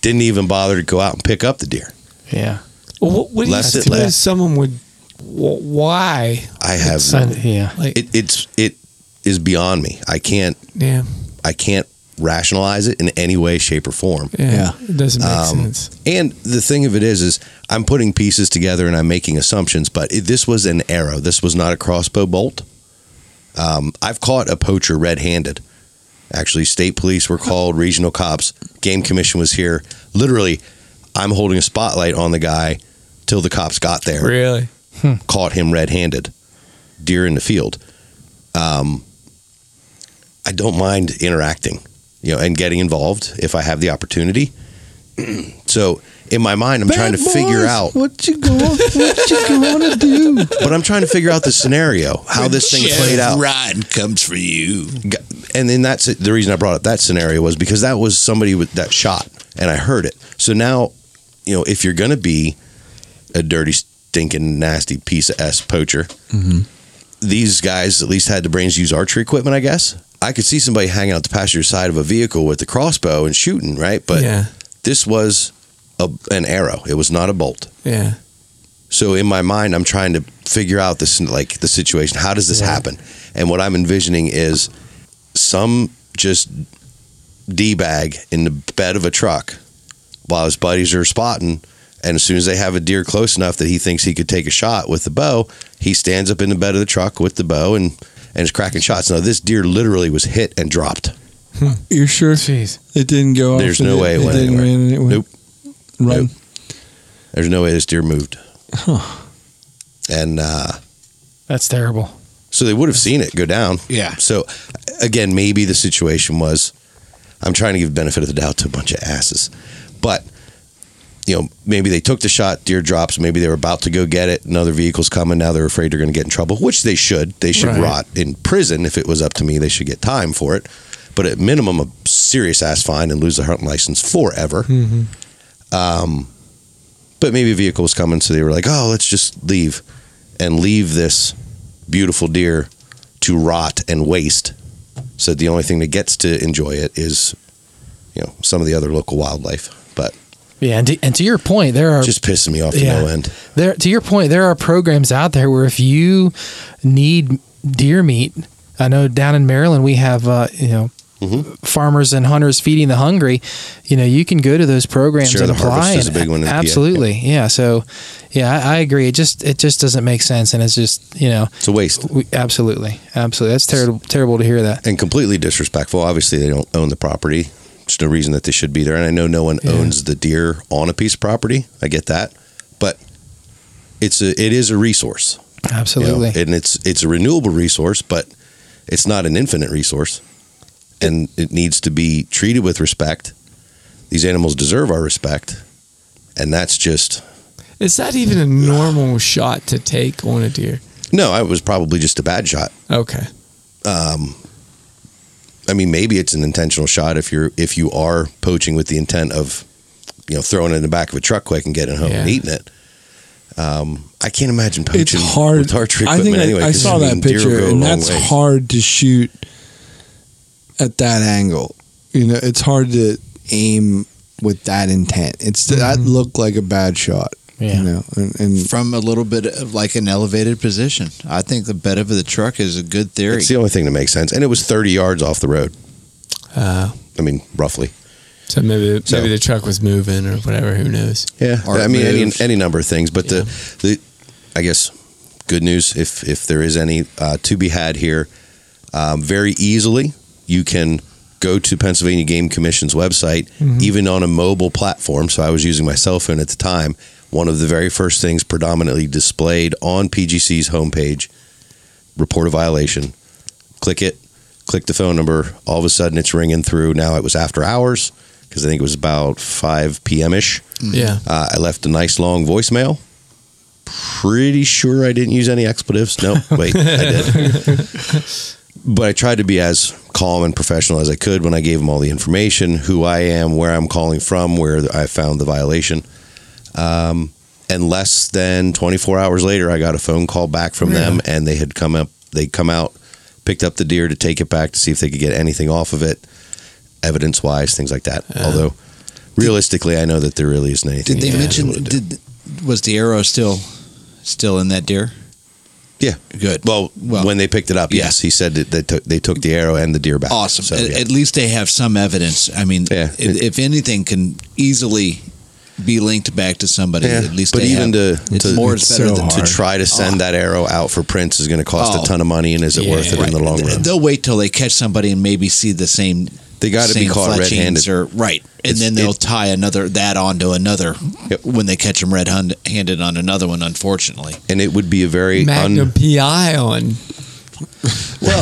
Speaker 5: didn't even bother to go out and pick up the deer.
Speaker 7: Yeah.
Speaker 8: Well, what, what do you
Speaker 5: Less it
Speaker 8: suppose
Speaker 5: less.
Speaker 8: someone would? wh- Why?
Speaker 5: I have,
Speaker 7: Son- yeah.
Speaker 8: Like,
Speaker 5: it, it's, it is beyond me. I can't,
Speaker 8: yeah,
Speaker 5: I can't rationalize it in any way, shape, or form.
Speaker 8: yeah,
Speaker 6: Yeah.
Speaker 8: It doesn't make
Speaker 5: Um,
Speaker 8: sense.
Speaker 5: And the thing of it is, is I'm putting pieces together and I'm making assumptions, but it, this was an arrow. This was not a crossbow bolt. Um, I've caught a poacher red-handed. Actually, state police were called, regional cops, game commission was here. Literally, I'm holding a spotlight on the guy till the cops got there
Speaker 8: Really?
Speaker 5: caught him red-handed, deer in the field. Um, I don't mind interacting, you know, and getting involved if I have the opportunity. so in my mind, I'm trying to figure out,
Speaker 6: what you going what you going to do.
Speaker 5: but I'm trying to figure out the scenario, how this thing played out.
Speaker 10: Ryan comes for you.
Speaker 5: And then that's the reason I brought up that scenario was because that was somebody with that shot, and I heard it. So now, you know, if you're gonna be a dirty, stinking, nasty piece of s poacher, these guys at least had the brains to use archery equipment, I guess. I could see somebody hanging out the passenger side of a vehicle with a crossbow and shooting, right? But
Speaker 8: yeah,
Speaker 5: this was a, an arrow; it was not a bolt.
Speaker 8: yeah.
Speaker 5: So in my mind, I'm trying to figure out this like the situation. How does this
Speaker 8: Right.
Speaker 5: happen? And what I'm envisioning is some just d bag in the bed of a truck while his buddies are spotting. And as soon as they have a deer close enough that he thinks he could take a shot with the bow, he stands up in the bed of the truck with the bow and and is cracking shots. Now this deer literally was hit and dropped.
Speaker 6: You're sure
Speaker 8: Jeez.
Speaker 6: it didn't go off?
Speaker 5: There's
Speaker 6: and
Speaker 5: no
Speaker 6: it,
Speaker 5: way it went
Speaker 6: didn't
Speaker 5: anywhere.
Speaker 6: ran anywhere?
Speaker 5: Nope.
Speaker 6: Run.
Speaker 5: Nope. There's no way this deer moved. And uh,
Speaker 7: That's terrible.
Speaker 5: So they would have seen it go down.
Speaker 10: Yeah.
Speaker 5: So again, maybe the situation was I'm trying to give benefit of the doubt to a bunch of asses. But you know, maybe they took the shot, deer drops. Maybe they were about to go get it. Another vehicle's coming. Now they're afraid they're going to get in trouble, which they should. They should rot in prison. If it was up to me, they should get time for it. But at minimum, a serious ass fine and lose the hunting license forever.
Speaker 8: Mm-hmm.
Speaker 5: Um, but maybe a vehicle was coming, so they were like, "Oh, let's just leave and leave this beautiful deer to rot and waste." So the only thing that gets to enjoy it is, you know, some of the other local wildlife. But
Speaker 7: Yeah, and to, and to your point, there are
Speaker 5: just pissing me off
Speaker 7: Yeah.
Speaker 5: to no end.
Speaker 7: there to your point, there are programs out there where if you need deer meat, I know down in Maryland we have uh, you know farmers and hunters feeding the hungry. You know, you can go to those programs
Speaker 5: Sure,
Speaker 7: and
Speaker 5: the Harvest
Speaker 7: apply.
Speaker 5: is
Speaker 7: and-
Speaker 5: a big one in PA,
Speaker 7: absolutely, yeah. So, yeah, I, I agree. It just it just doesn't make sense, and it's just you know,
Speaker 5: It's a waste
Speaker 7: we, absolutely, absolutely. That's terrible terrible to hear that.
Speaker 5: and completely disrespectful. Obviously, they don't own the property. There's no reason that they should be there. And I know no one owns the deer on a piece of property. I get that, but it's a it is a resource, you know,
Speaker 7: Absolutely.
Speaker 5: and it's it's a renewable resource, but it's not an infinite resource, and it needs to be treated with respect. These animals deserve our respect, and that's just
Speaker 8: Is that even a normal shot to take on a deer?
Speaker 5: no. It was probably just a bad shot.
Speaker 8: Okay.
Speaker 5: um, I mean, maybe it's an intentional shot if you're if you are poaching with the intent of, you know, throwing it in the back of a truck quick and getting home and
Speaker 8: Yeah.
Speaker 5: eating it. Um, I can't imagine poaching.
Speaker 6: it's hard.
Speaker 5: With archery
Speaker 6: I think
Speaker 5: equipment
Speaker 6: I,
Speaker 5: anyway,
Speaker 6: I
Speaker 5: 'cause,
Speaker 6: saw
Speaker 5: mean,
Speaker 6: that
Speaker 5: deer will
Speaker 6: picture,
Speaker 5: go a
Speaker 6: and
Speaker 5: long
Speaker 6: that's
Speaker 5: way.
Speaker 6: hard to shoot at that angle. You know, it's hard to aim with that intent. It's that looked like a bad shot.
Speaker 7: Yeah.
Speaker 6: You know, and, and
Speaker 10: From a little bit of like an elevated position. I think the bed of the truck is a good theory.
Speaker 5: It's the only thing that makes sense, and it was thirty yards off the road.
Speaker 8: Uh,
Speaker 5: I mean, roughly.
Speaker 8: so maybe
Speaker 5: So-
Speaker 8: maybe the truck was moving or whatever. Who knows?
Speaker 5: Yeah,
Speaker 10: Or
Speaker 5: I mean, any,
Speaker 10: moves.
Speaker 5: any number of things, but the the I guess good news if if there is any uh, to be had here, um, very easily you can go to Pennsylvania Game Commission's website, even on a mobile platform. So I was using my cell phone at the time. One of the very first things predominantly displayed on PGC's homepage: report a violation. Click it. Click the phone number. All of a sudden, it's ringing through. Now it was after hours because I think it was about 5 p.m. ish.
Speaker 8: Yeah.
Speaker 5: Uh, I left a nice long voicemail. Pretty sure I didn't use any expletives. No, wait, I did. But I tried to be as calm and professional as I could when I gave them all the information, who I am, where I'm calling from, where I found the violation. Um, and less than 24 hours later, I got a phone call back from them, and they had come up. They come out, picked up the deer to take it back to see if they could get anything off of it, evidence wise, things like that. Although, realistically, I know that there really isn't anything.
Speaker 10: Did they
Speaker 5: you guys
Speaker 10: mention
Speaker 5: would do.
Speaker 10: did was the arrow still still in that deer?
Speaker 5: Yeah.
Speaker 10: Good.
Speaker 5: Well,
Speaker 10: Well-
Speaker 5: when they picked it up,
Speaker 10: Yeah.
Speaker 5: yes, he said that they took they took the arrow and the deer back.
Speaker 10: awesome.
Speaker 5: So,
Speaker 10: at,
Speaker 5: yeah.
Speaker 10: at least they have some evidence. I mean,
Speaker 5: Yeah.
Speaker 10: if, if anything can easily be linked back to somebody,
Speaker 5: Yeah.
Speaker 10: at least
Speaker 5: But
Speaker 10: they
Speaker 5: even
Speaker 10: have.
Speaker 5: to-
Speaker 10: it's
Speaker 5: to-
Speaker 10: more
Speaker 6: It's
Speaker 10: is better
Speaker 6: so
Speaker 10: than
Speaker 5: to try to send that arrow out for prints is going to cost
Speaker 10: Oh.
Speaker 5: a ton of money, and is it worth it in the long
Speaker 10: Th-
Speaker 5: run?
Speaker 10: They'll wait till they catch somebody and maybe see the same.
Speaker 5: They got to be
Speaker 10: same
Speaker 5: caught
Speaker 10: fletchings
Speaker 5: red-handed.
Speaker 10: or right, and
Speaker 5: It's-
Speaker 10: then they'll
Speaker 5: it-
Speaker 10: tie another that onto another
Speaker 5: Yep.
Speaker 10: when they catch them red-handed on another one. Unfortunately,
Speaker 5: and it would be a very un-
Speaker 8: Magnum PI on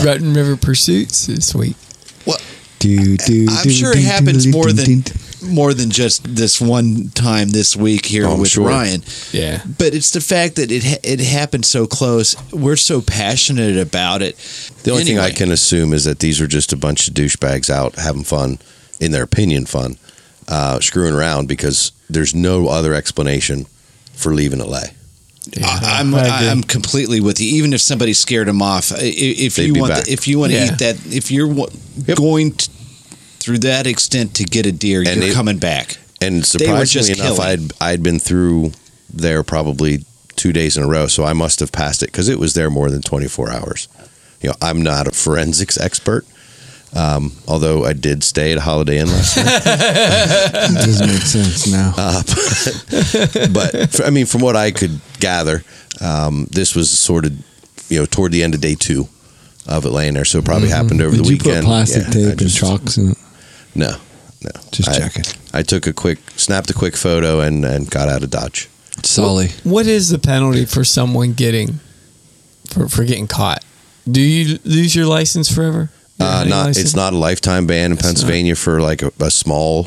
Speaker 8: Rutten River Pursuits this week.
Speaker 6: do, do,
Speaker 10: I'm
Speaker 6: do,
Speaker 10: sure
Speaker 6: do,
Speaker 10: it
Speaker 6: do,
Speaker 10: happens
Speaker 6: do,
Speaker 10: more
Speaker 6: do,
Speaker 10: than
Speaker 6: do.
Speaker 10: more than just this one time this week here
Speaker 5: Oh, I'm
Speaker 10: with
Speaker 5: sure.
Speaker 10: Ryan.
Speaker 8: Yeah.
Speaker 10: But it's the fact that it ha- it happened so close. We're so passionate about it.
Speaker 5: The only
Speaker 10: Anyway.
Speaker 5: thing I can assume is that these are just a bunch of douchebags out having fun, in their opinion, fun, uh, screwing around because there's no other explanation for leaving a lay. Oh,
Speaker 10: I, I'm
Speaker 7: I
Speaker 10: I
Speaker 7: agree.
Speaker 10: am completely with you. Even if somebody scared him off, i- i- if
Speaker 5: They'd
Speaker 10: you
Speaker 5: be
Speaker 10: want
Speaker 5: back.
Speaker 10: the, if you want to
Speaker 8: Yeah.
Speaker 10: eat that, if you're wa- going t- through that extent to get a deer,
Speaker 5: And
Speaker 10: you're
Speaker 5: it-
Speaker 10: coming back.
Speaker 5: And
Speaker 10: They were just
Speaker 5: surprisingly enough,
Speaker 10: killing.
Speaker 5: I'd I'd been through there probably two days in a row, so I must have passed it because it was there more than 24 hours. You know, I'm not a forensics expert, um, although I did stay at a Holiday Inn last night.
Speaker 6: It doesn't make sense now.
Speaker 5: Uh, but, but fr- I mean, from what I could gather, um, this was sort of you know toward the end of day two of it laying there, so it probably happened over
Speaker 6: Mm-hmm. Did
Speaker 5: the
Speaker 6: you
Speaker 5: weekend.
Speaker 6: put plastic
Speaker 5: Yeah, I
Speaker 6: tape and
Speaker 5: just-
Speaker 6: chalks in it?
Speaker 5: No, no.
Speaker 6: Just
Speaker 5: I,
Speaker 6: checking.
Speaker 5: I took a quick, snapped a quick photo, and and got out of Dodge.
Speaker 6: Sully.
Speaker 8: What is the penalty for someone getting for, for getting caught? Do you lose your license forever? Your
Speaker 5: Uh,
Speaker 8: hunting
Speaker 5: not
Speaker 8: license?
Speaker 5: it's not a lifetime ban in
Speaker 8: It's not.
Speaker 5: Pennsylvania for like a, a small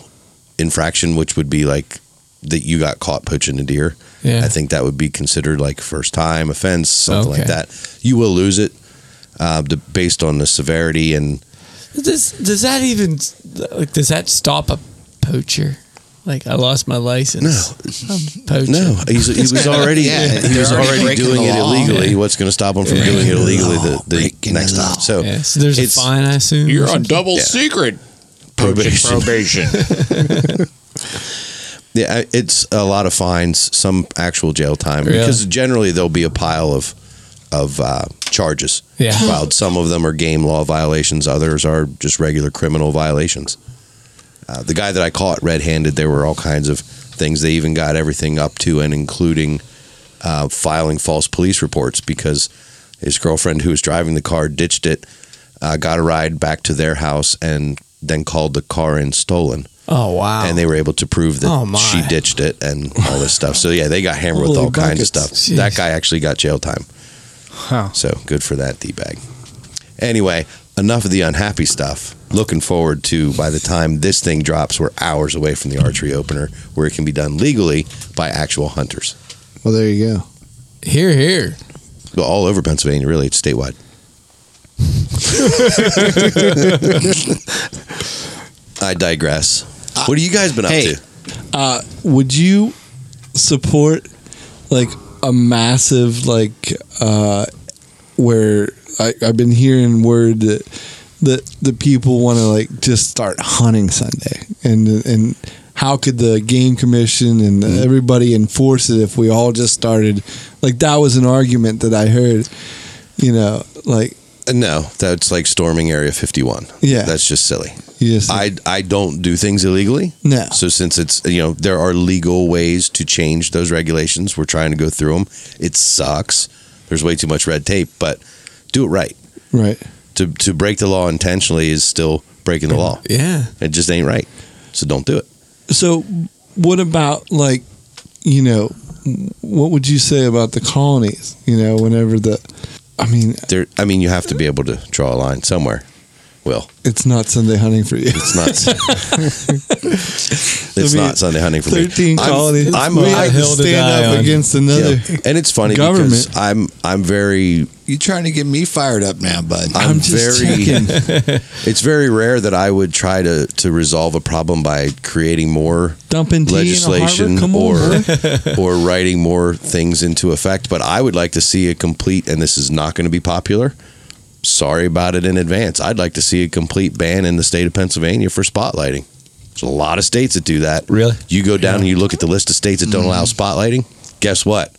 Speaker 5: infraction, which would be like that you got caught poaching a deer.
Speaker 8: Yeah.
Speaker 5: I think that would be considered like first time offense, something like
Speaker 8: Okay.
Speaker 5: that. You will lose it uh, d- based on the severity and
Speaker 8: Does does that even like does that stop a poacher? Like I lost my license. No, I'm poacher.
Speaker 5: no, he's, he was already
Speaker 3: Yeah,
Speaker 5: he was
Speaker 3: they're already
Speaker 5: already
Speaker 3: breaking
Speaker 5: doing
Speaker 3: the
Speaker 5: it
Speaker 3: law.
Speaker 5: illegally. What's going to stop him from
Speaker 8: Yeah.
Speaker 5: doing it
Speaker 3: Breaking the
Speaker 5: illegally
Speaker 3: law,
Speaker 5: the, the
Speaker 3: breaking
Speaker 5: next
Speaker 3: the law.
Speaker 5: time? So
Speaker 8: Yeah, so there's
Speaker 5: It's-
Speaker 8: a fine, I assume.
Speaker 11: You're
Speaker 8: or
Speaker 11: on
Speaker 8: something?
Speaker 11: double
Speaker 5: Yeah.
Speaker 11: secret
Speaker 5: Probation.
Speaker 11: probation. probation.
Speaker 5: Yeah, I- it's a lot of fines, some actual jail time
Speaker 8: Really?
Speaker 5: because generally there'll be a pile of of uh, charges
Speaker 8: Yeah.
Speaker 5: filed. Some of them are game law violations, others are just regular criminal violations. Uh, the guy that I caught red-handed, there were all kinds of things. They even got everything up to and including uh, filing false police reports because his girlfriend, who was driving the car, ditched it, uh, got a ride back to their house, and then called the car in stolen
Speaker 8: Oh wow!
Speaker 5: and they were able to prove that
Speaker 8: Oh, my.
Speaker 5: she ditched it and all this stuff. So yeah, they got hammered with
Speaker 6: Holy
Speaker 5: all kinds of stuff.
Speaker 6: buckets.
Speaker 5: That guy actually got jail time. So good for that d bag. Anyway, enough of the unhappy stuff. Looking forward to by the time this thing drops, we're hours away from the archery opener, where it can be done legally by actual hunters.
Speaker 3: Well, there you go.
Speaker 8: here, here.
Speaker 5: Well, all over Pennsylvania, really, it's statewide. I digress. What have you guys been up
Speaker 10: hey.
Speaker 5: to?
Speaker 6: Uh, Would you support like a massive like uh where I, I've been hearing word that that the people want to like just start hunting Sunday and and how could the game commission and
Speaker 5: Mm-hmm.
Speaker 6: everybody enforce it if we all just started like that was an argument that I heard you know like
Speaker 5: No, that's like storming Area 51.
Speaker 6: Yeah.
Speaker 5: That's just silly.
Speaker 6: you just
Speaker 5: I, I don't do things illegally.
Speaker 6: no
Speaker 5: So since it's you know there are legal ways to change those regulations, we're trying to go through them. It sucks. There's way too much red tape, but do it right.
Speaker 6: right
Speaker 5: To to break the law intentionally is still breaking the law.
Speaker 8: Yeah,
Speaker 5: It just ain't right. So don't do it.
Speaker 6: so what about like you know what would you say about the colonies you know whenever the i mean
Speaker 5: There. I mean, you have to be able to draw a line somewhere. Will
Speaker 6: it's not sunday hunting for you
Speaker 5: it's not. it's
Speaker 6: I mean,
Speaker 5: not Sunday hunting for me.
Speaker 6: 13
Speaker 5: I'm-
Speaker 6: colonies
Speaker 5: I'm,
Speaker 6: we
Speaker 5: a-
Speaker 6: have
Speaker 8: a
Speaker 6: to
Speaker 8: hill to die
Speaker 6: stand up
Speaker 8: on.
Speaker 6: against another
Speaker 5: yeah. and it's funny
Speaker 6: Government.
Speaker 5: because I'm I'm very
Speaker 3: You trying to get me fired up now, bud?
Speaker 5: I'm,
Speaker 6: I'm just
Speaker 5: very.
Speaker 6: checking.
Speaker 5: it's very rare that I would try to to resolve a problem by creating more
Speaker 6: dumping tea
Speaker 5: legislation
Speaker 6: in a harbor? Come
Speaker 5: or
Speaker 6: on, boy.
Speaker 5: or writing more things into effect. But I would like to see a complete, and this is not going to be popular. Sorry about it in advance. I'd like to see a complete ban in the state of Pennsylvania for spotlighting. There's a lot of states that do that.
Speaker 8: Really?
Speaker 5: You go down and you look at the list of states that don't allow
Speaker 6: Mm-hmm.
Speaker 5: spotlighting. Guess what?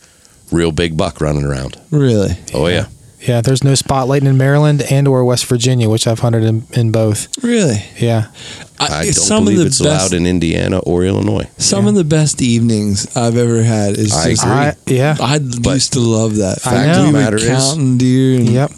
Speaker 5: Real big buck running around.
Speaker 6: really
Speaker 5: Oh yeah.
Speaker 7: Yeah, there's no spotlighting in Maryland and or West Virginia, which I've hunted in, in both.
Speaker 6: really
Speaker 7: Yeah.
Speaker 5: I don't
Speaker 6: some
Speaker 5: believe
Speaker 6: of the
Speaker 5: it's
Speaker 6: best
Speaker 5: allowed in Indiana or Illinois.
Speaker 6: some of the best evenings i've ever had is
Speaker 5: I
Speaker 6: just
Speaker 5: agree.
Speaker 7: I, yeah.
Speaker 6: I used to love that.
Speaker 7: I know.
Speaker 6: we
Speaker 5: Matter
Speaker 6: were
Speaker 5: is-
Speaker 6: counting deer and
Speaker 7: Yep.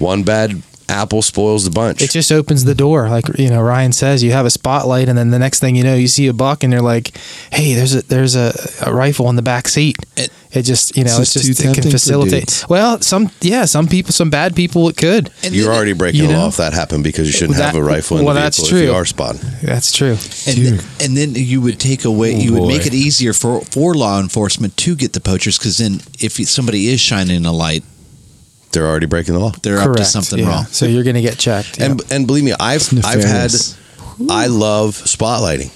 Speaker 5: One bad apple spoils the bunch.
Speaker 7: It just opens the door. Like, you know, Ryan says you have a spotlight and then the next thing you know, you see a buck and you're like, Hey, there's a, there's a, a rifle in the back seat. It,
Speaker 10: It-
Speaker 7: just, you know,
Speaker 6: This
Speaker 7: it's
Speaker 6: is
Speaker 7: just,
Speaker 6: too
Speaker 7: it
Speaker 6: tempting
Speaker 7: can
Speaker 6: for
Speaker 7: facilitate.
Speaker 6: dudes.
Speaker 7: Well, some, yeah, some people, some bad people, it could.
Speaker 10: And
Speaker 5: You're
Speaker 10: then-
Speaker 5: already breaking
Speaker 7: you
Speaker 5: the law
Speaker 7: know?
Speaker 5: if that happened because you shouldn't
Speaker 7: That-
Speaker 5: have a rifle in
Speaker 7: well,
Speaker 5: the
Speaker 7: that's
Speaker 5: vehicle if you
Speaker 7: true.
Speaker 5: are spotting.
Speaker 7: That's true.
Speaker 10: and, then, and then you would take away, you would make it easier for, for law enforcement to get the poachers because then if somebody is shining a light,
Speaker 5: They're already breaking the law.
Speaker 10: they're up to something
Speaker 7: yeah.
Speaker 10: wrong.
Speaker 7: So you're going to get checked.
Speaker 5: And and believe me, I've
Speaker 6: It's
Speaker 5: I've had
Speaker 6: nefarious.
Speaker 5: I love spotlighting.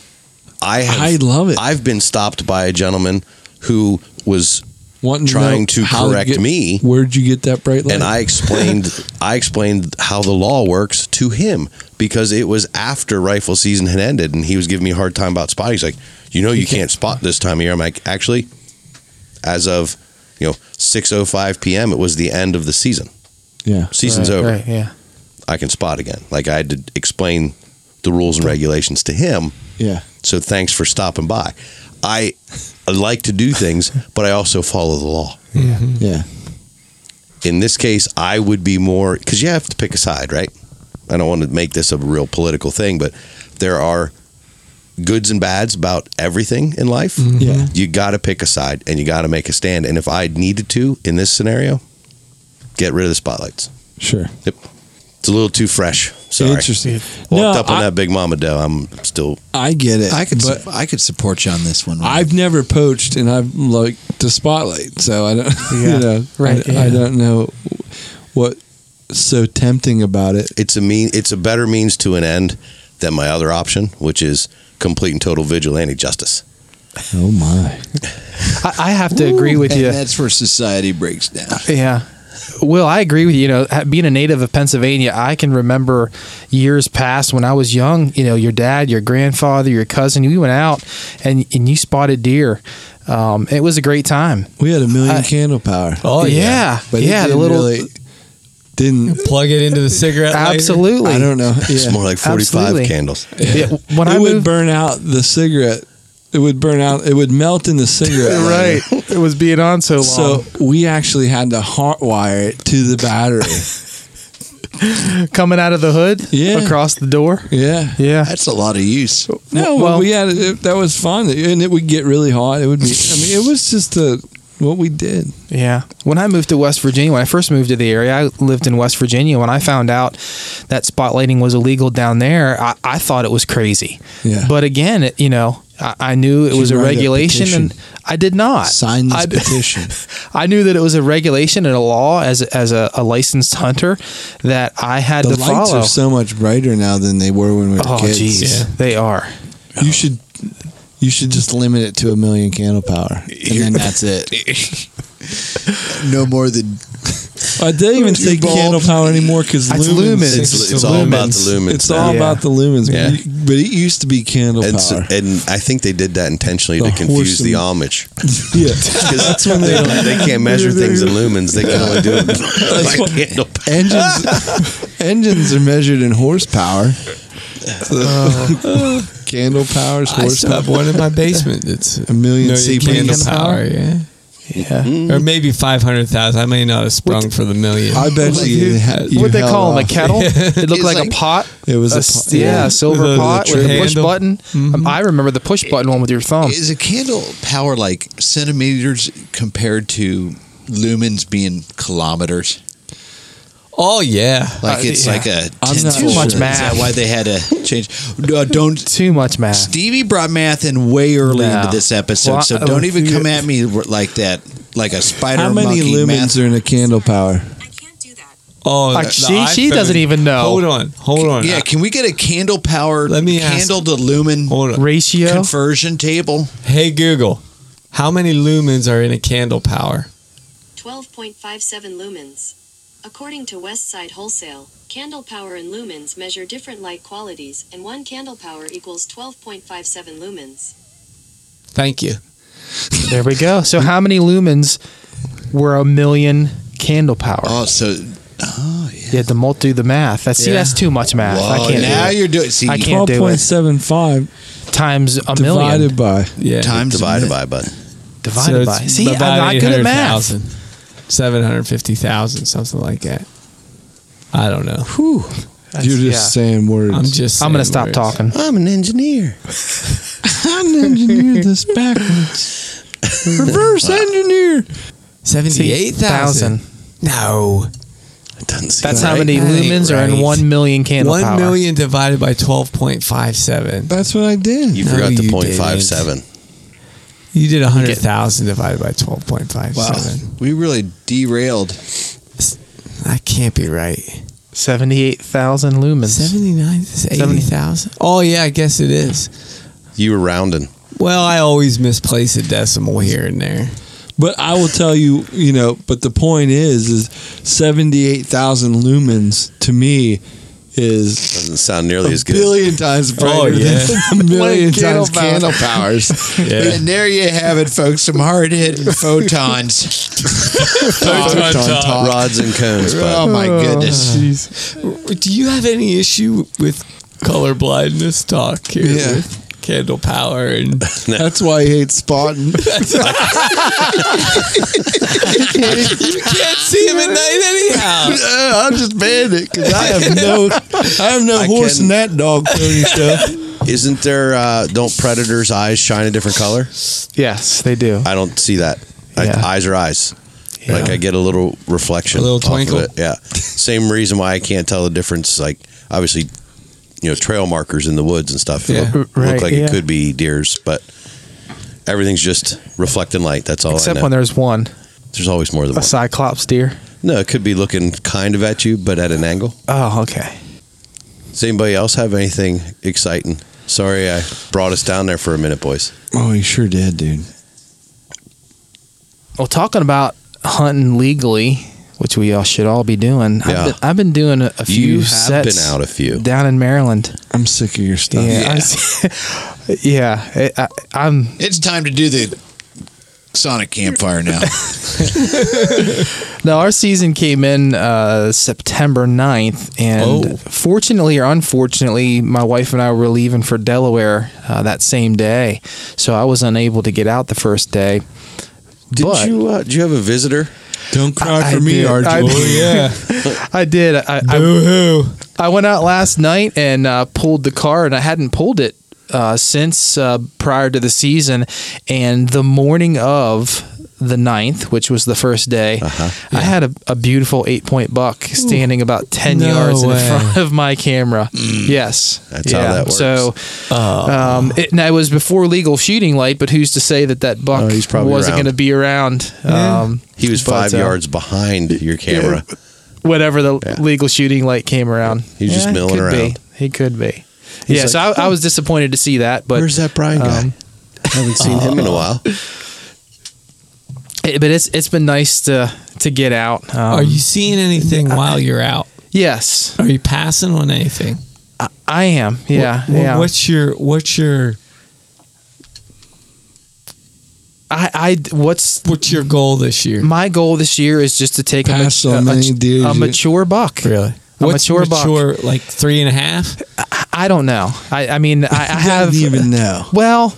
Speaker 5: I have,
Speaker 6: I love it.
Speaker 5: I've been stopped by a gentleman who was
Speaker 6: wanting
Speaker 5: trying to
Speaker 6: know how
Speaker 5: correct
Speaker 6: get-
Speaker 5: me.
Speaker 6: Where'd you get that bright light?
Speaker 5: and I explained I explained how the law works to him because it was after rifle season had ended and he was giving me a hard time about spotting. He's like, you know, you can't spot this time of year. I'm like, actually, as of you know 6:05 p.m. it was the end of the season.
Speaker 6: yeah.
Speaker 5: Season's
Speaker 7: Right,
Speaker 5: over.
Speaker 7: right, yeah.
Speaker 5: I can spot again. Like I had to explain the rules and regulations to him.
Speaker 6: Yeah.
Speaker 5: So thanks for stopping by. I I like to do things, but I also follow the law.
Speaker 6: Yeah.
Speaker 5: in this case, I would be more because you have to pick a side, right? I don't want to make this a real political thing, but there are goods and bads about everything in life.
Speaker 6: Yeah.
Speaker 5: You got to pick a side and you got to make a stand. And if I needed to in this scenario, get rid of the spotlights.
Speaker 6: Sure.
Speaker 5: It's a little too fresh. Sorry.
Speaker 6: Interesting.
Speaker 5: Walked
Speaker 6: No,
Speaker 5: up on
Speaker 6: I-
Speaker 5: that big mama doe. I'm still
Speaker 6: I get it.
Speaker 10: I could
Speaker 6: but
Speaker 10: su- I could support you on this one. Ryan.
Speaker 6: I've never poached and I've like to spotlight, so I don't you know
Speaker 7: Right,
Speaker 6: I, I
Speaker 7: yeah.
Speaker 6: don't know what's so tempting about it.
Speaker 5: it's a mean it's a better means to an end than my other option, which is complete and total vigilante justice.
Speaker 6: Oh my.
Speaker 7: I, I have to agree with
Speaker 10: and
Speaker 7: you.
Speaker 10: that's where society breaks down.
Speaker 7: Yeah. Well, I agree with you. You know, ha- being a native of Pennsylvania, I can remember years past when I was young. You know, your dad, your grandfather, your cousin, you went out and and you spotted deer. Um, it was a great time.
Speaker 6: We had a million
Speaker 7: I-
Speaker 6: candle power.
Speaker 8: Oh yeah.
Speaker 7: yeah,
Speaker 6: But
Speaker 7: yeah.
Speaker 6: it
Speaker 7: The
Speaker 6: didn't
Speaker 7: little
Speaker 6: really- didn't
Speaker 8: Plug it into the cigarette. lighter.
Speaker 7: absolutely.
Speaker 6: I don't know.
Speaker 5: It's
Speaker 6: Yeah.
Speaker 5: more like 45
Speaker 7: Absolutely.
Speaker 5: candles.
Speaker 7: Yeah, when
Speaker 6: it
Speaker 7: I
Speaker 6: would
Speaker 7: moved,
Speaker 6: burn out the cigarette. It would burn out. It would melt in the cigarette. lighter.
Speaker 7: right, it was being on so long.
Speaker 6: So we actually had to hot wire it to the battery.
Speaker 7: coming out of the hood,
Speaker 6: Yeah.
Speaker 7: across the door,
Speaker 6: yeah.
Speaker 7: yeah.
Speaker 10: That's a lot of use.
Speaker 6: No,
Speaker 7: Well-
Speaker 6: but we had it, that was fun, and it would get really hot. It would be. I mean, it was just a, what we did.
Speaker 7: Yeah. When I moved to West Virginia, when I first moved to the area, I lived in West Virginia. When I found out that spotlighting was illegal down there, I, I thought it was crazy.
Speaker 6: Yeah.
Speaker 7: But again, it, you know, I, I knew it
Speaker 6: You
Speaker 7: was a
Speaker 6: write a
Speaker 7: regulation, and I did not
Speaker 6: Sign this
Speaker 7: I,
Speaker 6: petition.
Speaker 7: I knew that it was a regulation and a law as as a, a licensed hunter that I had to
Speaker 6: The lights
Speaker 7: follow.
Speaker 6: are so much brighter now than they were when we were
Speaker 7: oh,
Speaker 6: kids.
Speaker 7: jeez,
Speaker 8: Yeah.
Speaker 7: they are.
Speaker 6: You should, you should just limit it to a million candle power, and then that's it.
Speaker 10: No more than
Speaker 6: I didn't Uh, even say
Speaker 10: bulb.
Speaker 6: candle power anymore because
Speaker 7: That's
Speaker 6: lumens.
Speaker 7: lumens.
Speaker 5: It's, it's all about the lumens.
Speaker 6: It's
Speaker 5: now.
Speaker 6: all
Speaker 7: Yeah.
Speaker 6: about the lumens.
Speaker 5: Yeah.
Speaker 6: But it used to be candle
Speaker 5: and, so,
Speaker 6: power.
Speaker 5: and I think they did that intentionally
Speaker 6: The
Speaker 5: to confuse
Speaker 6: horse
Speaker 5: the
Speaker 6: and-
Speaker 5: Amish
Speaker 6: yeah.
Speaker 5: because that's when they, they can't measure things in lumens. They can only do it by candle power.
Speaker 6: engines engines are measured in horsepower. So- Uh. candle powers,
Speaker 8: I still have
Speaker 6: horsepower,
Speaker 8: one in my basement. That's
Speaker 6: a million
Speaker 8: million
Speaker 6: CP.
Speaker 8: candle
Speaker 7: candle
Speaker 8: power. Yeah.
Speaker 7: Yeah.
Speaker 8: Or maybe five hundred thousand. I may not have sprung for the million.
Speaker 6: I bet you, ha- you
Speaker 7: What they
Speaker 6: held
Speaker 7: call them? A
Speaker 6: off.
Speaker 7: kettle? It looked
Speaker 10: It's
Speaker 7: like,
Speaker 10: like-
Speaker 7: a pot.
Speaker 6: It was
Speaker 7: a,
Speaker 6: a
Speaker 7: s-
Speaker 6: pot,
Speaker 7: yeah,
Speaker 6: yeah.
Speaker 7: a silver
Speaker 8: With a-
Speaker 7: pot
Speaker 8: the
Speaker 7: with a
Speaker 8: trigger
Speaker 7: push
Speaker 8: handle.
Speaker 7: button.
Speaker 6: Mm-hmm.
Speaker 7: Um, I remember the push button one with your thumb.
Speaker 10: is a candle power like centimeters compared to lumens being kilometers.
Speaker 8: oh yeah.
Speaker 10: Like
Speaker 7: Uh,
Speaker 10: it's
Speaker 7: yeah.
Speaker 10: like a
Speaker 6: I'm not
Speaker 10: tenfold.
Speaker 6: Too much
Speaker 10: Is that
Speaker 7: math.
Speaker 10: why they had to change? No, don't.
Speaker 7: Too much math.
Speaker 10: Stevie brought math in way early
Speaker 7: No.
Speaker 10: into this episode,
Speaker 7: Well,
Speaker 10: so
Speaker 7: I-
Speaker 10: don't even come at me like that, like a spider
Speaker 6: How many
Speaker 10: monkey
Speaker 6: lumens
Speaker 10: math.
Speaker 6: are in a candle power?
Speaker 8: Oh,
Speaker 7: Like,
Speaker 8: the- the
Speaker 7: she- she doesn't even know.
Speaker 8: Hold on. Hold on.
Speaker 10: yeah, can we get a candle power?
Speaker 8: Let me ask-
Speaker 10: candle to lumen
Speaker 8: Hold on.
Speaker 7: Ratio.
Speaker 10: conversion table.
Speaker 8: Hey Google, how many lumens are in a candle power?
Speaker 11: 12.57 lumens. According to Westside Wholesale, candle power and lumens measure different light qualities, and one candle power equals 12.57 lumens.
Speaker 8: Thank you.
Speaker 7: there we go. So how many lumens were a million candle power?
Speaker 10: Oh, so
Speaker 7: you had to mult do the math. That, see,
Speaker 8: Yeah.
Speaker 7: that's too much math. I
Speaker 10: oh,
Speaker 7: can't
Speaker 10: now
Speaker 7: do it.
Speaker 10: you're doing. See,
Speaker 7: I can't
Speaker 6: Twelve
Speaker 7: do
Speaker 6: point
Speaker 7: it.
Speaker 6: seven five
Speaker 7: Times a million
Speaker 6: divided by.
Speaker 8: Yeah.
Speaker 10: times
Speaker 5: Divided by button.
Speaker 7: divided by. See, I'm not good at math.
Speaker 8: Seven hundred fifty thousand, something like that. I don't know.
Speaker 7: That's-
Speaker 6: You're just
Speaker 7: yeah.
Speaker 6: saying words.
Speaker 8: I'm just.
Speaker 7: I'm gonna
Speaker 8: saying
Speaker 7: stop
Speaker 8: words.
Speaker 7: talking.
Speaker 5: I'm an engineer.
Speaker 6: I'm an engineer this backwards. Reverse engineer.
Speaker 8: Seventy-eight thousand. No.
Speaker 5: It doesn't seem
Speaker 7: That's
Speaker 5: right.
Speaker 7: how many
Speaker 8: That ain't
Speaker 7: lumens are in
Speaker 8: right.
Speaker 7: one million candle
Speaker 8: One
Speaker 7: power.
Speaker 8: million divided by twelve point five seven.
Speaker 6: That's what I did.
Speaker 5: You
Speaker 8: No,
Speaker 5: forgot the
Speaker 8: you
Speaker 5: point five seven.
Speaker 8: You did hundred thousand divided by twelve point five seven.
Speaker 10: we really derailed.
Speaker 8: That can't be right.
Speaker 7: Seventy-eight thousand lumens.
Speaker 8: Seventy-nine. Eighty thousand. Oh yeah, I guess it is.
Speaker 5: You were rounding.
Speaker 8: Well, I always misplace a decimal here and there.
Speaker 6: But I will tell you, you know, but the point is, is 78,000 lumens to me is
Speaker 5: Doesn't sound nearly as
Speaker 6: a
Speaker 5: good.
Speaker 6: billion times brighter
Speaker 8: yeah.
Speaker 6: than a million
Speaker 10: Candle
Speaker 6: times candle powers.
Speaker 10: And there you have it, folks. Some hard hitting photons.
Speaker 6: Photon top.
Speaker 5: Rods and cones.
Speaker 10: Oh
Speaker 5: Bud.
Speaker 10: my goodness.
Speaker 8: Do you have any issue with color blindness talk here?
Speaker 6: Yeah.
Speaker 8: With candle power and
Speaker 6: That's why I hate spotting.
Speaker 8: you can't see him at night anyhow.
Speaker 6: I'm just banned it because I have no, I have no
Speaker 5: I
Speaker 6: horse
Speaker 5: can-
Speaker 6: in that dog pony stuff.
Speaker 5: Isn't there? Uh, don't predators' eyes shine a different color?
Speaker 7: Yes, they do.
Speaker 5: I don't see that.
Speaker 7: Yeah.
Speaker 5: I, eyes are eyes. Like
Speaker 7: Yeah.
Speaker 5: I get a little reflection,
Speaker 8: A little
Speaker 5: off of
Speaker 8: twinkle?
Speaker 5: it. Yeah. Same reason why I can't tell the difference. Like obviously, you know, trail markers in the woods and stuff.
Speaker 6: Yeah.
Speaker 5: Look, look
Speaker 7: Right,
Speaker 5: like
Speaker 7: yeah.
Speaker 5: it could be deers, but everything's just reflecting light. That's all.
Speaker 7: Except
Speaker 5: I know.
Speaker 7: when there's one,
Speaker 5: There's always more than
Speaker 7: a
Speaker 5: one.
Speaker 7: cyclops deer.
Speaker 5: No, it could be looking kind of at you, but at an angle.
Speaker 7: Oh, okay.
Speaker 5: Does anybody else have anything exciting? Sorry, I brought us down there for a minute, boys.
Speaker 6: Oh, he sure did, dude.
Speaker 7: Well, talking about hunting legally, which we all should all be doing.
Speaker 5: Yeah.
Speaker 7: I've, been, I've been doing a, a few
Speaker 5: you have
Speaker 7: sets
Speaker 5: been out Oh, a few.
Speaker 7: down in Maryland.
Speaker 6: I'm sick of your stuff.
Speaker 7: Yeah, I see- yeah. I, I, I'm
Speaker 10: It's time to do the Sonic campfire now.
Speaker 7: No, our season came in uh, September 9th, and
Speaker 5: Oh.
Speaker 7: fortunately or unfortunately, my wife and I were leaving for Delaware uh, that same day, so I was unable to get out the first day.
Speaker 5: Did
Speaker 7: but
Speaker 5: you? Uh, did you have a visitor?
Speaker 6: Don't cry
Speaker 7: I-
Speaker 6: for
Speaker 7: I
Speaker 6: me,
Speaker 7: did.
Speaker 6: Arjun.
Speaker 7: I did.
Speaker 6: yeah.
Speaker 7: I did. I, I,
Speaker 6: Boo hoo.
Speaker 7: I went out last night and uh, pulled the car, and I hadn't pulled it uh, since uh, prior to the season. And the morning of the 9th, which was the first day,
Speaker 5: Uh-huh.
Speaker 7: I had a, a beautiful eight point buck standing about 10
Speaker 6: No
Speaker 7: yards in
Speaker 6: way.
Speaker 7: front of my camera. Yes.
Speaker 5: Mm. That's how that works. Uh-huh.
Speaker 7: So, um, it, now it was before legal shooting light, but who's to say that that buck
Speaker 5: Oh, he's probably
Speaker 7: wasn't
Speaker 5: around.
Speaker 7: going to be around? Um,
Speaker 5: He was
Speaker 7: But,
Speaker 5: five
Speaker 7: uh,
Speaker 5: yards behind your camera.
Speaker 7: whenever the
Speaker 5: Yeah.
Speaker 7: legal shooting light came around.
Speaker 5: He was just milling
Speaker 7: could be.
Speaker 5: around.
Speaker 7: He could be. yeah, so I, I was disappointed to see that, but
Speaker 5: Where's that Brian guy?
Speaker 7: um,
Speaker 5: I haven't
Speaker 6: uh,
Speaker 5: seen him in a while.
Speaker 7: it, but it's it's been nice to to get out. Um,
Speaker 8: Are you seeing anything while you're out?
Speaker 7: Yes,
Speaker 8: Are you passing on anything?
Speaker 7: I, I am. Yeah,
Speaker 8: What- what-
Speaker 7: yeah.
Speaker 8: What's your what's your
Speaker 7: I, I what's
Speaker 8: what's your goal this year?
Speaker 7: my goal this year is just to take a, ma-
Speaker 6: Pass on
Speaker 7: a- a
Speaker 6: many
Speaker 7: ch-
Speaker 6: deers
Speaker 7: a
Speaker 6: you-
Speaker 7: mature buck.
Speaker 8: Really?
Speaker 7: A
Speaker 8: What's
Speaker 7: mature
Speaker 8: mature,
Speaker 7: buck.
Speaker 8: like three and a half?
Speaker 7: I don't know. I, I mean, I, I have
Speaker 6: Didn't even know.
Speaker 7: well,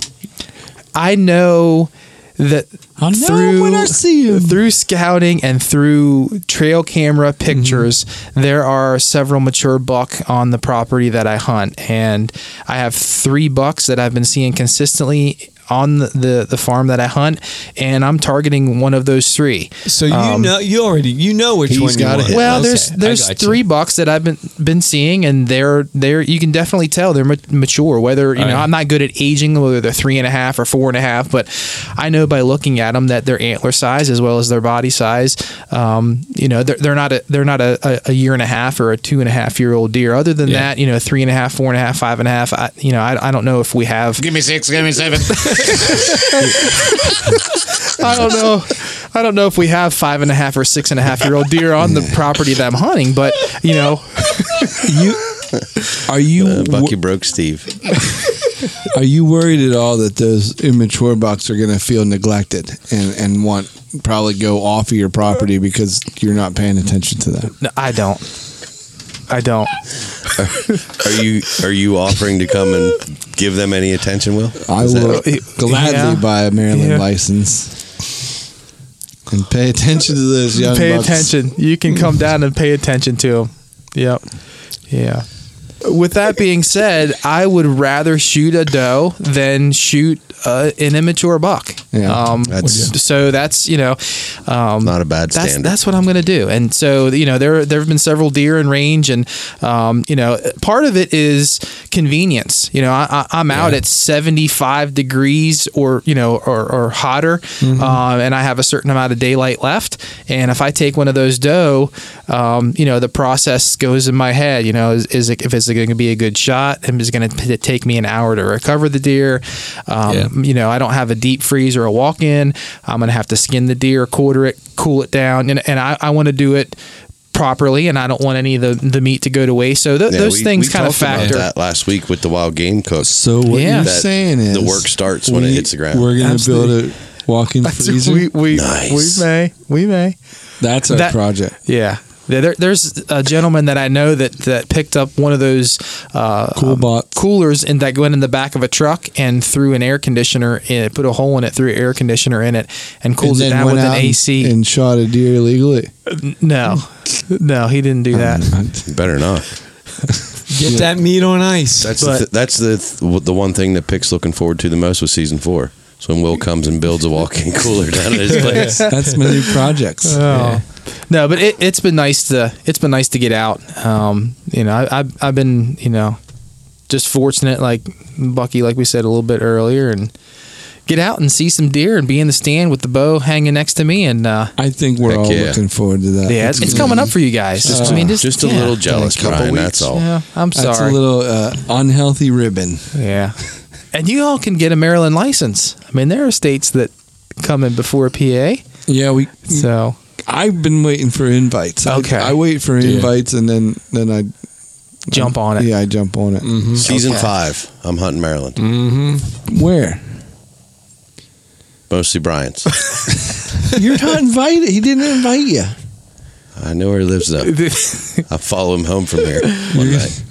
Speaker 7: I know that
Speaker 8: I'll know
Speaker 7: through
Speaker 8: when I see him.
Speaker 7: through scouting and through trail camera pictures,
Speaker 8: Mm-hmm.
Speaker 7: there are several mature buck on the property that I hunt, and I have three bucks that I've been seeing consistently on the, the, the farm that I hunt, and I'm targeting one of those three.
Speaker 8: So you
Speaker 7: Um,
Speaker 8: know you already you know which
Speaker 5: he's
Speaker 8: one you
Speaker 5: got
Speaker 8: want.
Speaker 5: it.
Speaker 7: Well,
Speaker 8: Okay,
Speaker 7: there's
Speaker 8: I
Speaker 7: there's
Speaker 8: got you.
Speaker 7: three bucks that I've been been seeing, and they're they're you can definitely tell they're ma- mature. Whether you know,
Speaker 8: Alright.
Speaker 7: I'm not good at aging, whether they're three and a half or four and a half, but I know by looking at them that their antler size as well as their body size, um, you know, they're, they're not a they're not a, a a year and a half or a two and a half year old deer. Other than
Speaker 8: Yeah.
Speaker 7: that, you know, three and a half, four and a half, five and a half. I, you know, I, I don't know if we have
Speaker 10: give me six, give me seven.
Speaker 7: I don't know. I don't know if we have five and a half or six and a half year old deer on the property that I'm hunting, but you know,
Speaker 6: You are you
Speaker 5: Uh, Bucky
Speaker 6: wo-
Speaker 5: broke Steve.
Speaker 6: are you worried at all that those immature bucks are going to feel neglected and and want probably go off of your property because you're not paying attention to them?
Speaker 7: no, I don't. I don't.
Speaker 5: Are you are you offering to come and give them any attention, Will?
Speaker 6: I
Speaker 5: Is that-
Speaker 6: will gladly
Speaker 7: yeah.
Speaker 6: buy a Maryland
Speaker 7: Yeah.
Speaker 6: license and pay attention to those young
Speaker 7: pay
Speaker 6: bucks.
Speaker 7: attention. You can come down and pay attention to them. Yep. Yeah. With that being said, I would rather shoot a doe than shoot uh, an immature buck.
Speaker 6: Yeah.
Speaker 7: Um,
Speaker 5: That's-
Speaker 7: so that's you know, um,
Speaker 5: Not a bad
Speaker 7: that's
Speaker 5: standard.
Speaker 7: that's what I'm going to do. And so you know, there there have been several deer in range, and um, you know, part of it is convenience. You know, I, I, I'm out at 75 degrees or you know or, or hotter,
Speaker 5: Mm-hmm.
Speaker 7: um, and I have a certain amount of daylight left. And if I take one of those doe, um, you know, the process goes in my head. You know, is, is it, if it's going to be a good shot, and it's going to take me an hour to recover the deer. Um,
Speaker 8: Yeah.
Speaker 7: You know, I don't have a deep freeze or a walk in. I'm going to have to skin the deer, quarter it, cool it down, and, and I, I want to do it properly, and I don't want any of the, the meat to go to waste. So th-
Speaker 5: Yeah,
Speaker 7: those
Speaker 5: we-
Speaker 7: things
Speaker 5: we
Speaker 7: kind of
Speaker 5: talked about
Speaker 7: factor.
Speaker 5: that last week with the wild game cook.
Speaker 6: So what
Speaker 7: Yeah.
Speaker 6: you're
Speaker 7: That
Speaker 6: saying is
Speaker 5: the work starts when it hits the ground.
Speaker 6: We're going to build
Speaker 7: Absolutely.
Speaker 6: a walk-in freezer.
Speaker 7: we,
Speaker 5: Nice.
Speaker 7: we may we may
Speaker 6: That's our
Speaker 7: that-
Speaker 6: project.
Speaker 7: yeah. There, there- there's a gentleman that I know that, that picked up one of those uh,
Speaker 6: Cool bots.
Speaker 7: coolers and that went in the back of a truck and threw an air conditioner in it, put a hole in it, threw air conditioner in it, and cooled
Speaker 6: And
Speaker 7: it
Speaker 6: then
Speaker 7: down
Speaker 6: went
Speaker 7: with an
Speaker 6: out and-
Speaker 7: AC.
Speaker 6: and shot a deer illegally.
Speaker 7: no, no, he didn't do
Speaker 6: Mm.
Speaker 7: that.
Speaker 5: Better not.
Speaker 8: Get that meat on ice.
Speaker 5: That's the th- that's the th- the one thing that Pick's looking forward to the most with season four. So when Will comes and builds a walk-in cooler down at his place.
Speaker 6: That's my new projects.
Speaker 7: Oh. No, but it, it's been nice to it's been nice to get out. Um, you know, I, I've I've been you know just fortunate, like Bucky, like we said a little bit earlier, and get out and see some deer and be in the stand with the bow hanging next to me. And uh,
Speaker 6: I think we're
Speaker 5: Heck
Speaker 6: all
Speaker 5: yeah.
Speaker 6: looking forward to that.
Speaker 7: yeah, it's, it's coming up for you guys. I mean, just,
Speaker 5: Just a Mm-hmm.
Speaker 7: yeah.
Speaker 5: little jealous,
Speaker 3: couple
Speaker 5: Brian.
Speaker 3: weeks.
Speaker 5: That's all.
Speaker 7: Yeah, I'm
Speaker 6: That's
Speaker 7: sorry.
Speaker 6: a little uh, unhealthy ribbon.
Speaker 7: yeah, and you all can get a Maryland license. I mean, there are states that come in before PA,
Speaker 6: Yeah, we.
Speaker 7: so
Speaker 6: I've been waiting for invites. I-
Speaker 7: Okay.
Speaker 6: I, wait for invites and then then I
Speaker 7: jump on it.
Speaker 6: yeah I jump on it. Mm-hmm,
Speaker 5: Season five. I'm hunting Maryland.
Speaker 6: Mm. Where
Speaker 5: Mostly Brian's.
Speaker 6: you're not invited? He didn't invite you.
Speaker 5: I know where he lives though. I follow him home from here. One night.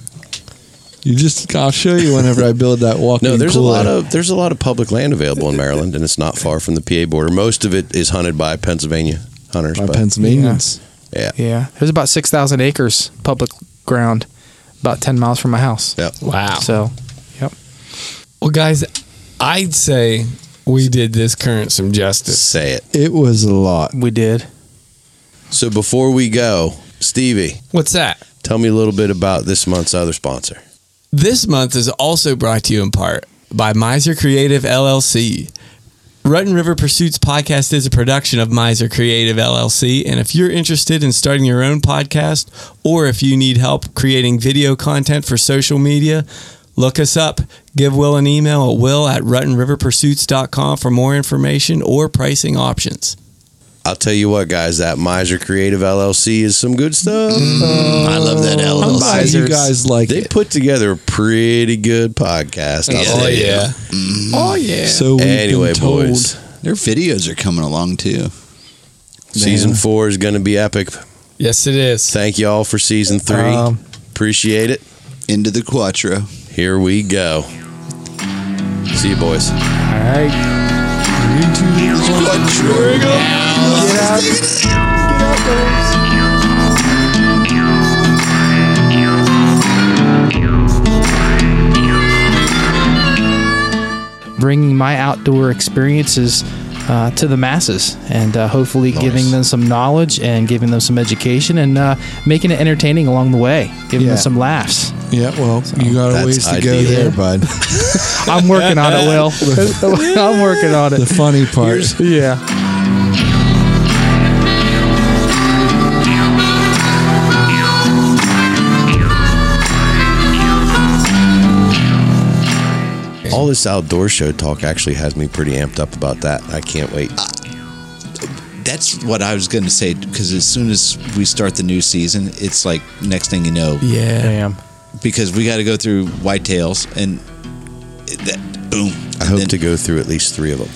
Speaker 6: You just I'll show you whenever I build that walk.
Speaker 5: No, there's a lot of there's a lot of public land available in Maryland, and it's not far from the PA border. Most of it is hunted by Pennsylvania hunters.
Speaker 6: by
Speaker 5: but
Speaker 6: Pennsylvanians.
Speaker 5: yeah,
Speaker 7: Yeah, there's about six thousand acres public ground, about ten miles from my house.
Speaker 5: Yep.
Speaker 8: Wow.
Speaker 7: So
Speaker 8: well, guys, I'd say we did this current some justice.
Speaker 5: say it.
Speaker 6: It was a lot.
Speaker 7: we did.
Speaker 5: So before we go, Stevie,
Speaker 8: What's that?
Speaker 5: tell me a little bit about this month's other sponsor.
Speaker 8: This month is also brought to you in part by Miser Creative LLC. Rutten River Pursuits podcast is a production of Miser Creative LLC. And if you're interested in starting your own podcast or if you need help creating video content for social media, look us up. Give Will an email at will at ruttenriverpursuits.com for more information or pricing options.
Speaker 5: I'll tell you what, guys, that Miser Creative LLC is some good stuff.
Speaker 6: Mm-hmm.
Speaker 10: I love that
Speaker 6: I'm
Speaker 10: LLC.
Speaker 6: glad you guys like
Speaker 5: They
Speaker 6: it.
Speaker 5: put together a pretty good podcast. I'll tell you.
Speaker 8: Oh, yeah.
Speaker 6: So we've
Speaker 5: Anyway,
Speaker 6: been told.
Speaker 5: boys,
Speaker 10: Their videos are coming along too.
Speaker 5: season four is going to be epic.
Speaker 8: Yes, it is.
Speaker 5: Thank you all for season three.
Speaker 7: Um,
Speaker 5: Appreciate it.
Speaker 10: Into the Quattro.
Speaker 5: Here we go. See you, boys.
Speaker 7: All right. Bringing my outdoor experiences uh, to the masses and uh, hopefully giving them some knowledge and giving them some education and uh, making it entertaining along the way, giving
Speaker 6: Yeah.
Speaker 7: them some laughs.
Speaker 6: Yeah, well, you got a
Speaker 5: That's
Speaker 6: ways to go
Speaker 5: ideal.
Speaker 6: there, bud.
Speaker 7: I'm working on it, Will. I'm working on
Speaker 6: The
Speaker 7: it.
Speaker 6: funny part.
Speaker 7: Yeah.
Speaker 5: All this outdoor show talk actually has me pretty amped up about that. I can't wait.
Speaker 10: That's what I was going to say because as soon as we start the new season, it's like next thing you know,
Speaker 8: Yeah.
Speaker 7: Damn.
Speaker 10: because we got to go through whitetails and that boom.
Speaker 5: I hope to go through at least three of them.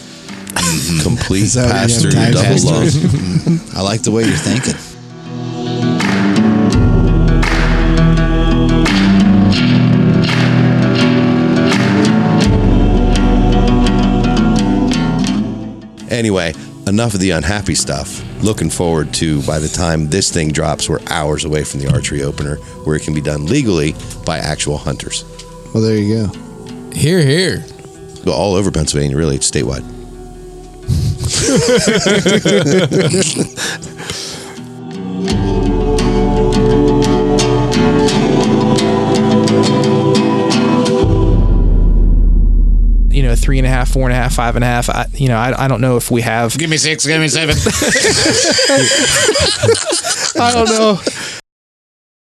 Speaker 5: Complete
Speaker 6: that what you have
Speaker 5: pastor
Speaker 6: time
Speaker 5: double
Speaker 6: for?
Speaker 5: lung.
Speaker 10: Mm. I like the way you're thinking.
Speaker 5: Anyway, enough of the unhappy stuff. Looking forward to by the time this thing drops, we're hours away from the archery opener where it can be done legally by actual hunters.
Speaker 6: Well, there you go.
Speaker 8: Here, here.
Speaker 5: Well, all over Pennsylvania, really, it's statewide.
Speaker 7: you know three and a half four and a half five and a half I, you know I, I don't know if we have
Speaker 1: Give me six. Give me seven.
Speaker 7: i don't know